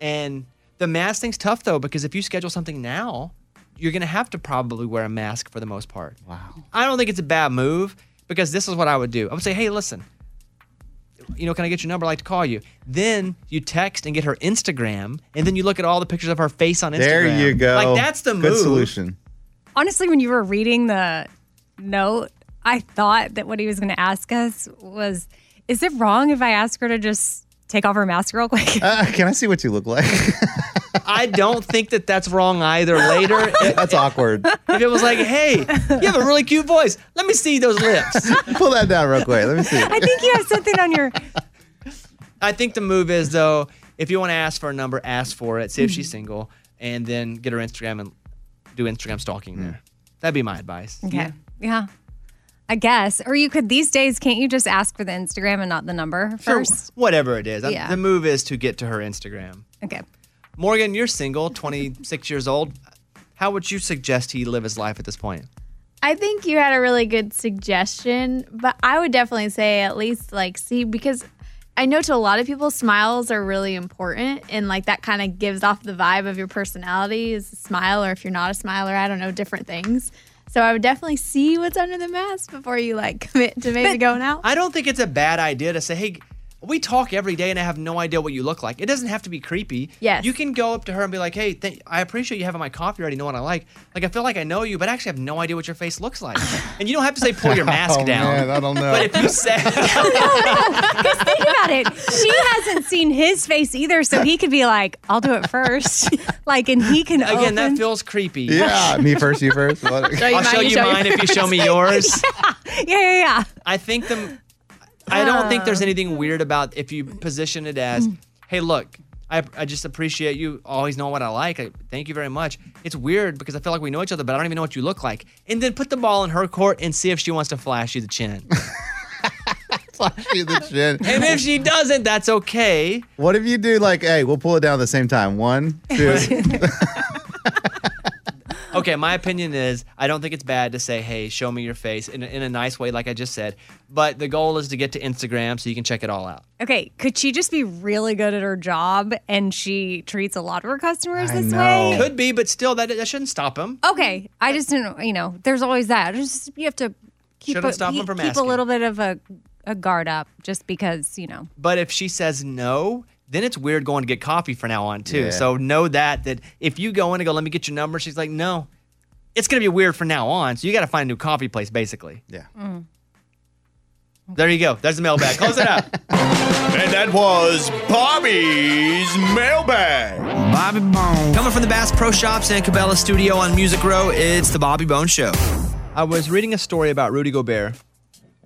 and the mask thing's tough though because if you schedule something now, you're gonna have to probably wear a mask for the most part. Wow. I don't think it's a bad move because this is what I would do. I would say, hey, listen, you know, can I get your number? I like to call you. Then you text and get her Instagram, and then you look at all the pictures of her face on Instagram.
There you go.
Like that's the move.
Good solution. *laughs*
Honestly, when you were reading the note, I thought that what he was going to ask us was, "Is it wrong if I ask her to just take off her mask real quick?" *laughs*
Uh, can I see what you look like?
I don't think that that's wrong either. Later,
*laughs* that's awkward.
if it was like, "Hey, you have a really cute voice. Let me see those lips."
*laughs* Pull that down real quick. Let me see.
I think you have something on your.
I think the move is though, if you want to ask for a number, ask for it. See if
Mm-hmm.
she's single, and then get her Instagram and do Instagram stalking there. That'd be my advice.
Okay. Yeah. I guess. Or you could these days, can't you just ask for the Instagram and not the number first?
Whatever it is, I'm-
Yeah.
the move is to get to her Instagram.
Okay.
Morgan, you're single, 26 years old. How would you suggest he live his life at this point?
I think you had a really good suggestion, but I would definitely say at least like see because I know to a lot of people smiles are really important and like that kind of gives off the vibe of your personality is a smile or if you're not a smiler, I don't know, different things. So I would definitely see what's under the mask before you like commit to maybe going
*laughs*
out.
I don't think it's a bad idea to say, hey, we talk every day and I have no idea what you look like. It doesn't have to be creepy.
Yes.
You can go up to her and be like, hey, th- I appreciate you having my coffee. I already know what I like. Like, I feel like I know you, but I actually have no idea what your face looks *laughs* like. and you don't have to say, pull your mask
*laughs* Oh,
down.
man, I don't know.
But if you say,
Because think about it. She hasn't seen his face either, so he could be like, I'll do it first.
*laughs*
like, and he can
again, that
open-
feels creepy. *laughs*
Yeah, me first, you first. What?
Show you I'll mine, show you you show mine if you show me
*laughs*
*laughs* yours.
yeah, yeah, yeah.
I think the I don't think there's
Oh.
anything weird about if you position it as,
Mm.
hey, look, I, I just appreciate you always knowing what I like. I, thank you very much. It's weird because I feel like we know each other, but I don't even know what you look like. And then put the ball in her court and see if she wants to flash you
*laughs*
the chin.
flash you the chin.
*laughs* And if she doesn't, that's okay.
What if you do like, hey, we'll pull it down at the same time.
*laughs*
One, two.
Okay, my opinion is I don't think it's bad to say, hey, show me your face in, a- in a nice way, like I just said. But the goal is to get to Instagram so you can check it all out.
Okay, could she just be really good at her job and she treats a lot of her customers this way?
Could be, but still, that, that shouldn't stop him.
Okay, I just didn't. You know, there's always that. There's Just you have to keep
Shouldn't
a,
stop 'em
keep
from
a
asking.
little bit of a a guard up, just because you know.
But if she says no, then it's weird going to get coffee from now on too.
Yeah.
So know that that if you go in and go, let me get your number, she's like, no, it's gonna be weird from now on. So you got to find a new coffee place, basically.
Yeah.
There you go. There's the mailbag. Close it up.
*laughs* And that was Bobby's mailbag.
Bobby Bone. Coming from the Bass Pro Shops and Cabela Studio on Music Row, it's the Bobby Bone Show.
I was reading a story about Rudy Gobert,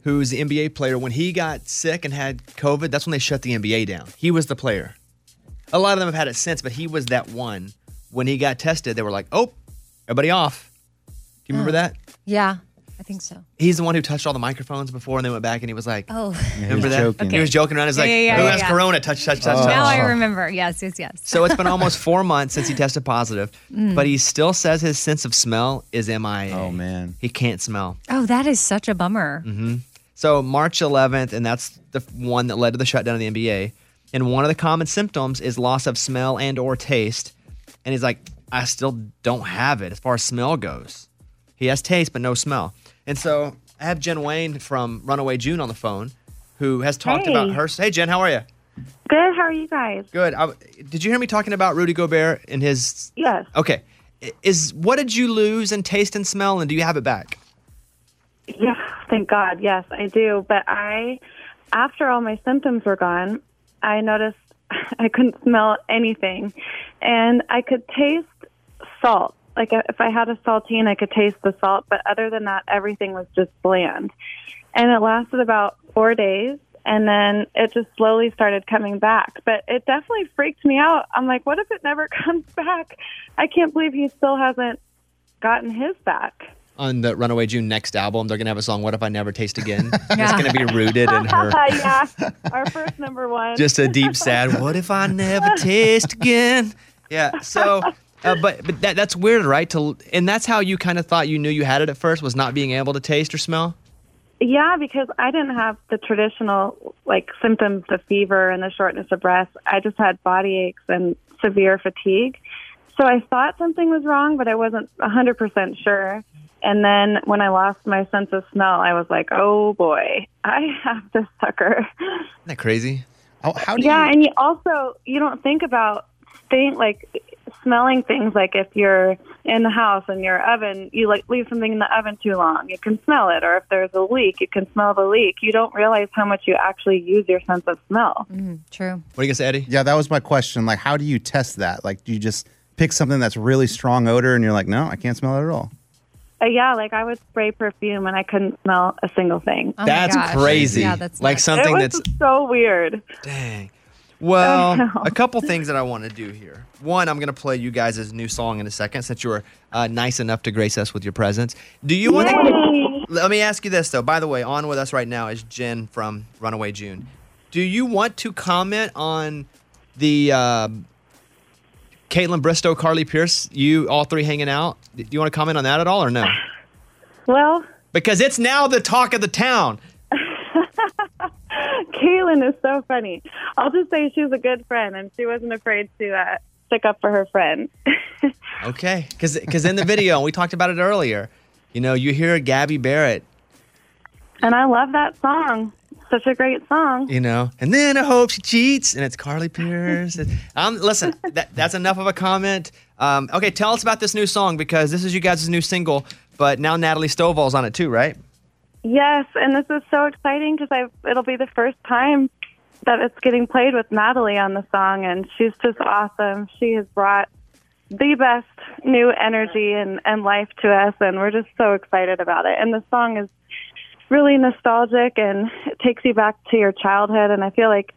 who's the NBA player. When he got sick and had COVID, that's when they shut the NBA down. He was the player. A lot of them have had it since, but he was that one. When he got tested, they were like, oh, everybody off. Do you remember
Oh.
that?
Yeah, I think so.
He's the one who touched all the microphones before and they went back and he was like,
Oh,
Remember that? He was joking around. He's
Yeah,
like,
yeah, yeah,
who
yeah,
has
yeah.
corona? Touch, touch, touch, touch.
Now I remember. Yes, yes, yes.
So it's been almost four months since he tested positive,
Mm.
but he still says his sense of smell is MIA. Oh, man. He can't smell.
Oh, that is such a bummer.
hmm So March 11th, and that's the f- one that led to the shutdown of the NBA. And one of the common symptoms is loss of smell and or taste. And he's like, I still don't have it as far as smell goes. He has taste but no smell. And so I have Jen Wayne from Runaway June on the phone, who has talked
Hey.
about her. Hey Jen, how are you?
Good. How are you guys?
Good. I, did you hear me talking about Rudy Gobert and his?
Yes.
Okay. I- Is what did you lose in taste and smell, and do you have it back?
Yeah. Thank God. Yes, I do. But I, after all my symptoms were gone, I noticed *laughs* I couldn't smell anything, and I could taste salt. Like if I had a saltine, I could taste the salt. But other than that, everything was just bland. And it lasted about four days. And then it just slowly started coming back. But it definitely freaked me out. I'm like, what if it never *laughs* comes back? I can't believe he still hasn't gotten his back.
On the Runaway June next album, they're gonna have a song "What If I Never Taste Again." It's gonna be rooted in her.
*laughs*
*laughs*
yeah, our first number one.
Just a deep sad. What if I never taste again? Yeah. So, uh, but but that that's weird, right? To and that's how you kind of thought you knew you had it at first was not being able to taste or smell.
Yeah, because I didn't have the traditional like symptoms of fever and the shortness of breath. I just had body aches and severe fatigue. So I thought something was wrong, but I wasn't a 100% sure. And then when I lost my sense of smell, I was like, "Oh boy, I *laughs* have this sucker."
Isn't that crazy?
How, how
yeah, and you also you don't think about think like smelling things like if you're in the house and your oven you like leave something in the oven too long you can smell it or if there's a leak you can smell the leak you don't realize how much you actually use your sense of smell
true
What do you say, Eddie?
Yeah, that was my question. Like, how do you test that? Like, do you just pick something that's really strong odor and you're like, no, I can't smell it at all?
uh, yeah like i would spray perfume and i couldn't smell a single thing
that's crazy. like
it
something
was
that's
so weird I
well.
know.
A couple things that I want to do here. One, I'm going to play you guys' new song in a second, since you were uh, nice enough to grace us with your presence. Do you want to? Let me ask you this though. By the way, on with us right now is Jen from Runaway June. Do you want to comment on the uh, Caitlin Bristow, Carly Pierce, you all three hanging out? Do you want to comment on that at all or no?
well *laughs*
Because it's now the talk of the town.
Kaylin is so funny. I'll just say she's a good friend, and she wasn't afraid to uh, stick up for her friend.
Okay, because in the video, and we talked about it earlier, you know, you hear Gabby Barrett,
And I love that song. Such a great song.
you know, and then I hope she cheats, and it's Carly Pierce. um, listen, that, that's enough of a comment. Um, okay, tell us about this new song because this is you guys' new single, but now Natalie Stovall's on it too, right?
Yes, and this is so exciting because it'll be the first time that it's getting played with Natalie on the song, and she's just awesome. She has brought the best new energy and, and life to us, and we're just so excited about it. And the song is really nostalgic and it takes you back to your childhood, and I feel like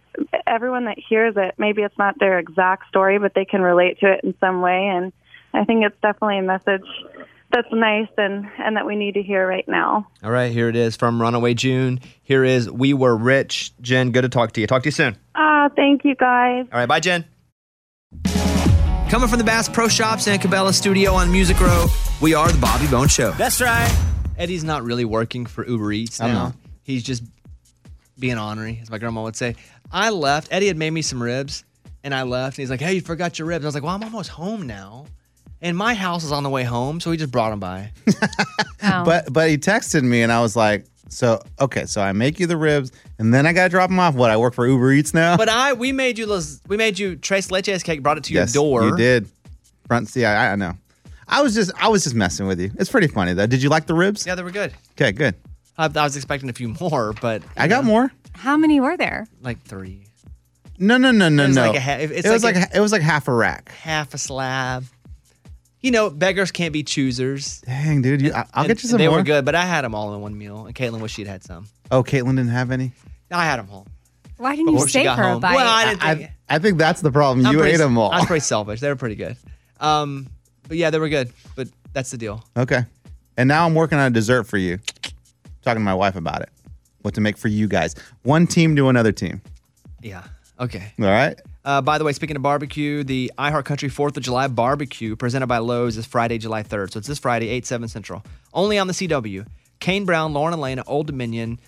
everyone that hears it, maybe it's not their exact story, but they can relate to it in some way, and I think it's definitely a message that's nice and, and that we need to hear right now.
All right, here it is from Runaway June. Here is We Were Rich. Jen, good to talk to you. Talk to you soon.
Ah, thank you guys.
All right, bye, Jen.
Coming from the Bass Pro Shops and Cabela Studio on Music Row, we are the Bobby Bone Show.
That's right. Eddie's not really working for Uber Eats
I
now.
know.
He's just being ornery, as my grandma would say. I left. Eddie had made me some ribs, and I left. And he's like, "Hey, you forgot your ribs." I was like, "Well, I'm almost home now, and my house is on the way home, so he just brought
*laughs*
them by." Oh.
But but he texted me and I was like, so okay, so I make you the ribs and then I gotta drop them off. What I work for Uber Eats now?
but I, we made you, las- we made you tres leches cake, brought it to
Yes,
your door.
You did. Front see, I, I know. I was just I was just messing with you. It's pretty funny though. Did you like the ribs?
Yeah, they were good.
Okay, good.
I, I was expecting a few more, but
I got more.
How many were there?
like three,
No, no, no, no,
It was
no.
like a ha- it's
it was
like
like
a-
a- it was like half a rack.
half a slab. You know, beggars can't be choosers.
Dang, dude, you, I, I'll get you
And- and
some
They
more.
were good, but I had them all in one meal, and Caitlin wished she'd had some.
Oh, Caitlin didn't have any.
I had them home.
Why
But
didn't you
once she
save
got
her a
home-
bite?
Well, I didn't think-
I, I think that's the problem.
I'm
you
pretty-
ate them all.
I was pretty selfish. They were pretty good. Um, but yeah, they were good. But that's the deal.
Okay. And now I'm working on a dessert for you. Talking to my wife about it. What to make for you guys. One team to another team.
Yeah. Okay.
All right.
Uh, by the way, speaking of barbecue, the iHeart Country 4th of July barbecue presented by Lowe's is Friday, July 3rd. So it's this Friday, 8, 7 Central. Only on the CW. Kane Brown, Lauren Elena, Old Dominion.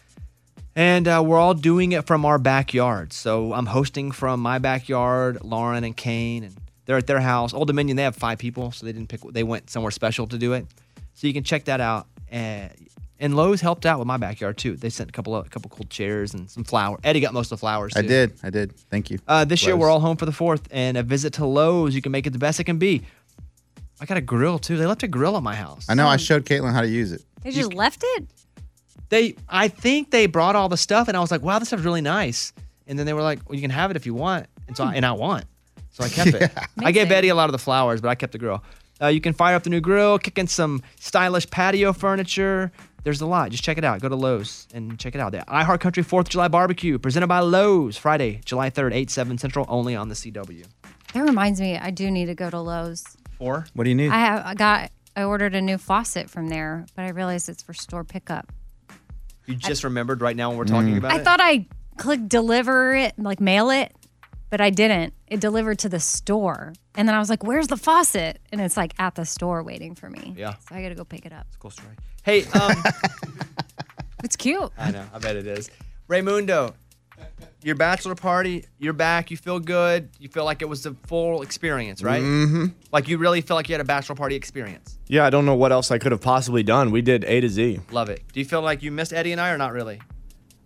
And uh, we're all doing it from our backyard. So I'm hosting from my backyard, Lauren and Kane, and they're at their house. Old Dominion, they have five people, so they didn't pick, they went somewhere special to do it. So you can check that out. Uh, and Lowe's helped out with my backyard too. They sent a couple of, a couple cool chairs and some flower. Eddie got most of the flowers.
I
too.
did. I did. Thank you.
Uh, this year,
Lowe's.
we're all home for the fourth, and a visit to Lowe's, you can make it the best it can be. I got a grill too. They left a grill at my house.
I know. I showed Caitlin how to use it.
They just left it?
They, I think they brought all the stuff, and I was like, "Wow, this stuff's really nice." And then they were like, "Well, you can have it if you want," and so I, and I want, so
*laughs*
I kept it. I gave Betty a lot of the flowers, but I kept the grill. Uh, you can fire up the new grill, kick in some stylish patio furniture. There's a lot. Just check it out. Go to Lowe's and check it out. The iHeart Country Fourth of July Barbecue, presented by Lowe's, Friday, July 3rd, 8 7 Central, only on the CW.
That reminds me, I do need to go to Lowe's.
Four.
What do you need?
I have I uh, got I ordered a new faucet from there, but I realized it's for store pickup.
You just remembered right now when we're talking about
I
it.
thought I clicked deliver it, like mail it, but I didn't. It delivered to the store. And then I was like, where's the faucet? And it's like at the store waiting for me.
Yeah.
So I got to go pick it up.
Hey, um,
*laughs* It's cute.
I know. I bet it is. Raymundo, your bachelor party, you're back. You feel good. You feel like it was a full experience, right?
Mm-hmm.
Like you really feel like you had a bachelor party experience.
Yeah, I don't know what else I could have possibly done. We did A to Z.
Love it. Do you feel like you missed Eddie and I or not really?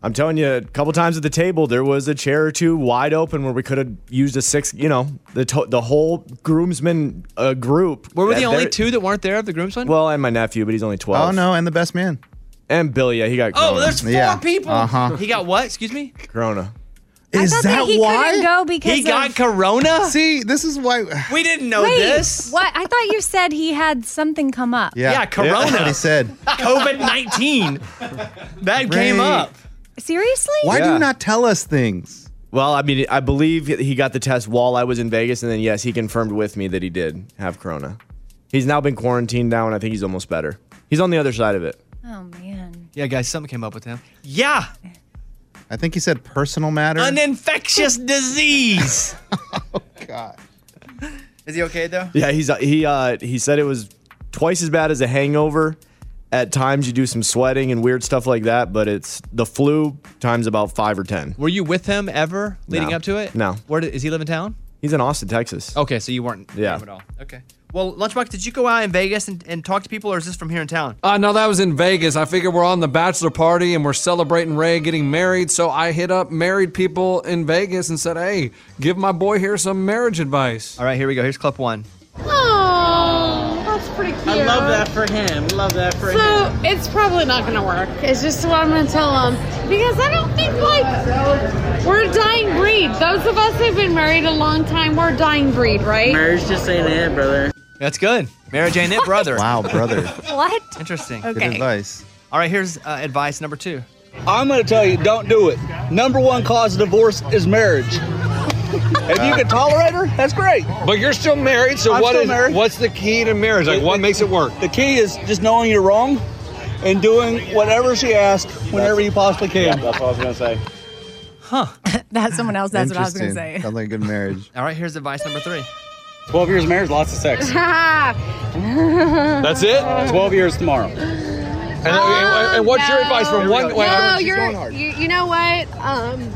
I'm telling you, a couple times at the table, there was a chair or two wide open where we could have used a six. You know, the to- the whole groomsmen uh, group.
Were we
that
the only
they're-
two that weren't there of the groomsmen?
Well, and my nephew, but he's only twelve.
Oh no, and the best man.
And Billy, yeah, he got.
Oh,
corona.
there's four people.
Uh-huh.
He got what? Excuse me.
Corona.
Is
thought that he couldn't go because
he got
of-
corona?
See, this is why
we didn't know
Wait,
this.
What? I thought you said he had something come up.
Yeah,
Yeah, corona.
That's what he said. *laughs*
COVID nineteen. That came
Ray.
up.
Seriously?
Why do you not tell us things?
Well, I mean, I believe he got the test while I was in Vegas, and then yes, he confirmed with me that he did have corona. He's now been quarantined now, and I think he's almost better. He's on the other side of it.
Oh man.
Yeah, guys, something came up with him. Yeah,
I think he said personal matter.
an infectious disease. *laughs* oh God. Is he okay though?
Yeah, he's he uh, he said it was twice as bad as a hangover. At times, you do some sweating and weird stuff like that, but it's the flu times about five or ten.
Were you with him ever leading
No.
up to it?
No.
Where did, is he live in town?
He's in Austin, Texas.
Okay, so you weren't.
Yeah.
At all. Okay. Well, Lunchbox, did you go out in Vegas and, and talk to people, or is this from here in town?
Uh, no, that was in Vegas. I figured we're on the bachelor party and we're celebrating Ray getting married. So I hit up married people in Vegas and said, hey, give my boy here some marriage advice.
All right, here we go. Here's clip one.
Oh, that's pretty cute.
I love that
for him. Love that for
him.
So it's probably not gonna work. It's just what I'm gonna tell him because I don't think like we're a dying breed. Those of us who've been married a long time, we're a dying breed, right?
just ain't it, brother. That's good. Marriage ain't it, brother.
*laughs* wow, brother.
*laughs* What?
Interesting.
Good Okay.
advice.
All right, here's uh, advice number two.
I'm gonna tell you, don't do it. Number one cause of divorce is marriage.
If you can
tolerate her, that's great.
But you're still married, so
I'm
what
still
is
married.
what's the key to marriage? Like, what makes it work?
The key is just knowing you're wrong and doing whatever she asks whenever you possibly can. that's what I was gonna say.
*laughs* That's someone else. That's what I was gonna
Interesting.
say.
Sounds like a good marriage.
All right, here's advice number three.
12 years of marriage, lots of
*laughs*
sex.
That's it?
12 years tomorrow.
And, and- and what's your advice for one? wait,
No,
I-
you're, you, you know what? Um,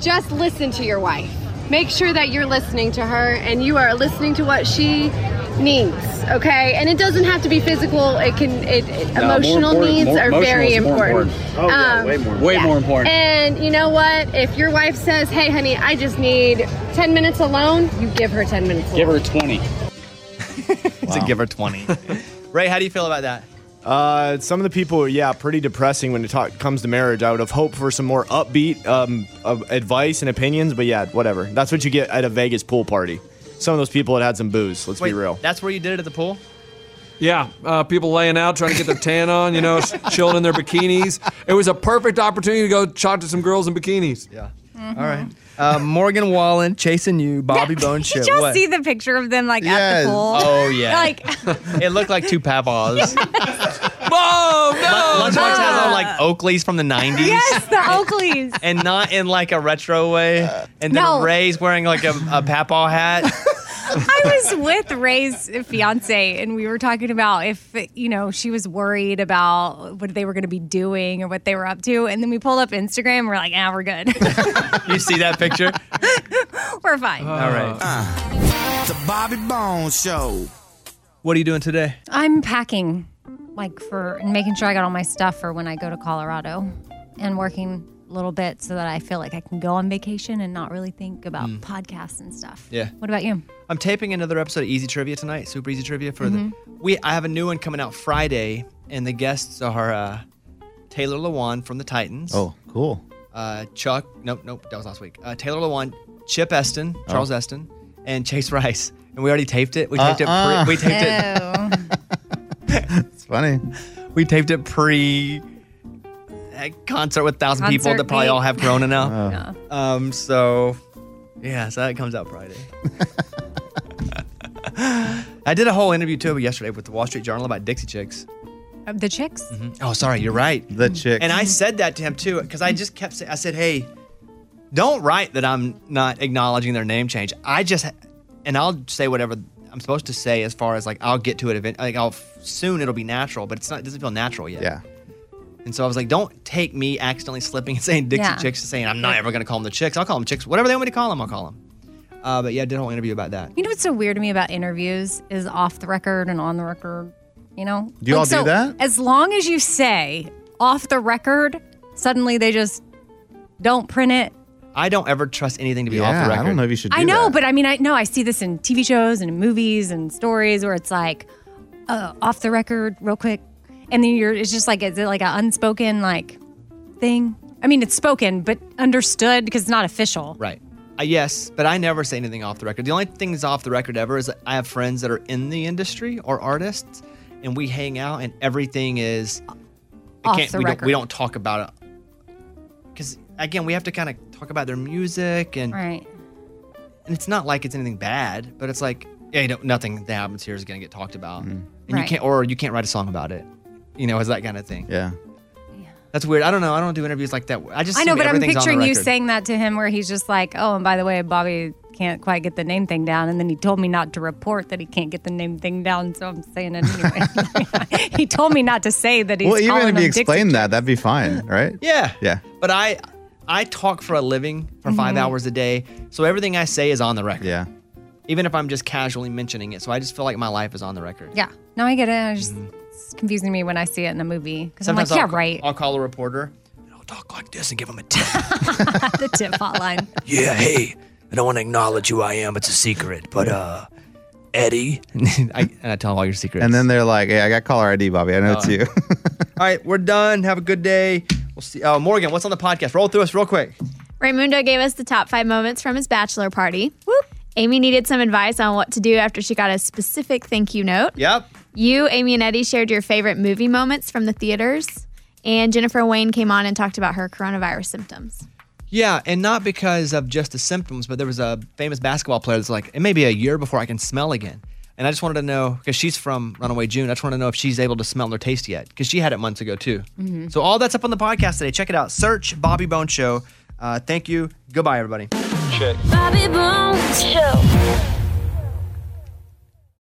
just listen to your wife. Make sure that you're listening to her and you are listening to what she needs. Okay, and it doesn't have to be physical. It can. It, it-
No, more
emotional
important-
needs
more-
are
emotional
very
is more
important.
important. Oh, yeah, way more Way more important.
And you know what? If your wife says, "Hey, honey, I just need 10 minutes alone," you give her 10 minutes.
Give her 20. *laughs* It's a give
*laughs*
her 20. Ray, how do you feel about that?
Uh, some of the people, yeah, pretty depressing when it talk, comes to marriage. I would have hoped for some more upbeat um, of advice and opinions, but yeah, whatever. That's what you get at a Vegas pool party. Some of those people had had some booze. Let's be real.
That's where you did it at the pool?
Yeah, uh, people laying out trying to get their tan on,
*laughs*
you know, s- chilling in their bikinis. It was a perfect opportunity to go talk to some girls in bikinis.
Yeah. All right. Uh, Morgan Wallen chasing you, Bobby Bone
Did
Chip.
y'all
What?
see the picture of them like at
Yes.
the pool?
Oh,
*laughs*
yeah.
Like
it looked like
*laughs*
two pavas.
*laughs*
Whoa,
no! Lunchbox has on like Oakleys from the 90s.
yes, the Oakleys.
And not in like a retro way.
Uh,
And then
No.
Ray's wearing like a, a
*laughs*
papaw hat.
I was with Ray's fiance, and we were talking about if you know she was worried about what they were going to be doing or what they were up to, and then we pulled up Instagram. And we're like, ah, we're good,
*laughs*
*laughs*
you see that picture?
we're fine.
All right.
Uh, The Bobby Bones Show.
What are you doing today?
I'm packing, like for and making sure I got all my stuff for when I go to Colorado, and working a little bit so that I feel like I can go on vacation and not really think about
Mm.
podcasts and stuff.
Yeah.
What about you?
I'm taping another episode of Easy Trivia tonight. Super Easy Trivia for
Mhm.
the we. I have a new one coming out Friday, and the guests are uh, Taylor Lewan from the Titans.
Oh, cool.
Uh, Chuck. Nope, nope. That was last week. Uh, Taylor Lewan, Chip Eston,
Oh.
Charles Eston, and Chase Rice. And we already taped it. We taped
Uh-uh.
it. Pre, we taped it.
Oh,
*laughs* It's funny.
We taped it pre a concert with thousand people
Concert
that probably all
night.
have Corona
Oh.
now. Um. So, yeah. So that comes out Friday. I did a whole interview too yesterday with the Wall Street Journal about Dixie Chicks.
Uh, the chicks.
Oh, sorry, you're right.
The chick.
And I said that to him too, because I just kept saying, I said, hey, don't write that I'm not acknowledging their name change. I just, and I'll say whatever I'm supposed to say as far as like, I'll get to it event, like, I'll soon it'll be natural, but it's not, it doesn't feel natural yet.
Yeah.
And so I was like, don't take me accidentally slipping and saying Dixie
Yeah.
Chicks, saying I'm not ever going to call them the Chicks. I'll call them Chicks. Whatever they want me to call them, I'll call them. Uh, but yeah, I did a whole interview about that.
You know what's so weird to me about interviews is off the record and on the record. You know,
Do you all do
so
that?
As long as you say off the record, suddenly they just don't print it.
I don't ever trust anything to be
Yeah,
off
I
the record.
don't know if you should
I know, but I mean, I know I see this in TV shows and in movies and stories where it's like uh, off the record, real quick, and then you're it's just like is it like an unspoken like thing? I mean, it's spoken but understood because it's not official.
Right. Uh, yes, but I never say anything off the record. The only thing that's off the record ever is I have friends that are in the industry or artists, and we hang out, and everything is I
Off
can't-
the
we Don't, we
record.
don't talk about it because again, we have to kind of talk about their music and
right.
And it's not like it's anything bad, but it's like yeah, you know, nothing that happens here is going to get talked about, and you
Right.
can't or you can't write a song about it, you know, is that kind of thing.
Yeah.
That's weird. I don't know. I don't do interviews like that. I just
I know,
assume
but I'm
everything's on the
picturing you
record.
saying that to him where he's just like, oh, and by the way, Bobby can't quite get the name thing down. And then he told me not to report that he can't get the name thing down. So I'm saying it anyway. *laughs* he told me not to say that he's
well, even
calling
if
him
you
Dixie
explained that, that'd be fine, right?
Yeah.
Yeah.
But I I talk for a living for five
Mhm.
hours a day. So everything I say is on the record.
Yeah.
Even if I'm just casually mentioning it. So I just feel like my life is on the record.
Yeah. No, I get it. I just, It's confusing to me when I see it in a movie. Because I'm like,
I'll,
yeah,
ca-
right.
I'll call a reporter and I'll talk like this and give him a tip.
*laughs* the tip hotline.
*laughs* yeah, hey, I don't want to acknowledge who I am. It's a secret. But uh *laughs* Eddie. *laughs* I, and I tell them all your secrets.
And then they're like, "Hey, I got caller ID, Bobby. I know it's
Oh.
you."
all right, we're done. Have a good day. We'll see. Uh, Morgan, what's on the podcast? Roll through us real quick.
Raimundo gave us the top five moments from his bachelor party. Whoop. Amy needed some advice on what to do after she got a specific thank you note.
Yep.
You, Amy, and Eddie shared your favorite movie moments from the theaters. And Jennifer Wayne came on and talked about her coronavirus symptoms.
Yeah, and not because of just the symptoms, but there was a famous basketball player that's like, it may be a year before I can smell again. And I just wanted to know, because she's from Runaway June, I just want to know if she's able to smell or taste yet, because she had it months ago too.
Mm-hmm.
Mm-hmm.
Mhm.
So all that's up on the podcast today. Check it out. Search Bobby Bone Show. Uh, thank you. Goodbye, everybody.
Bobby Bones Show.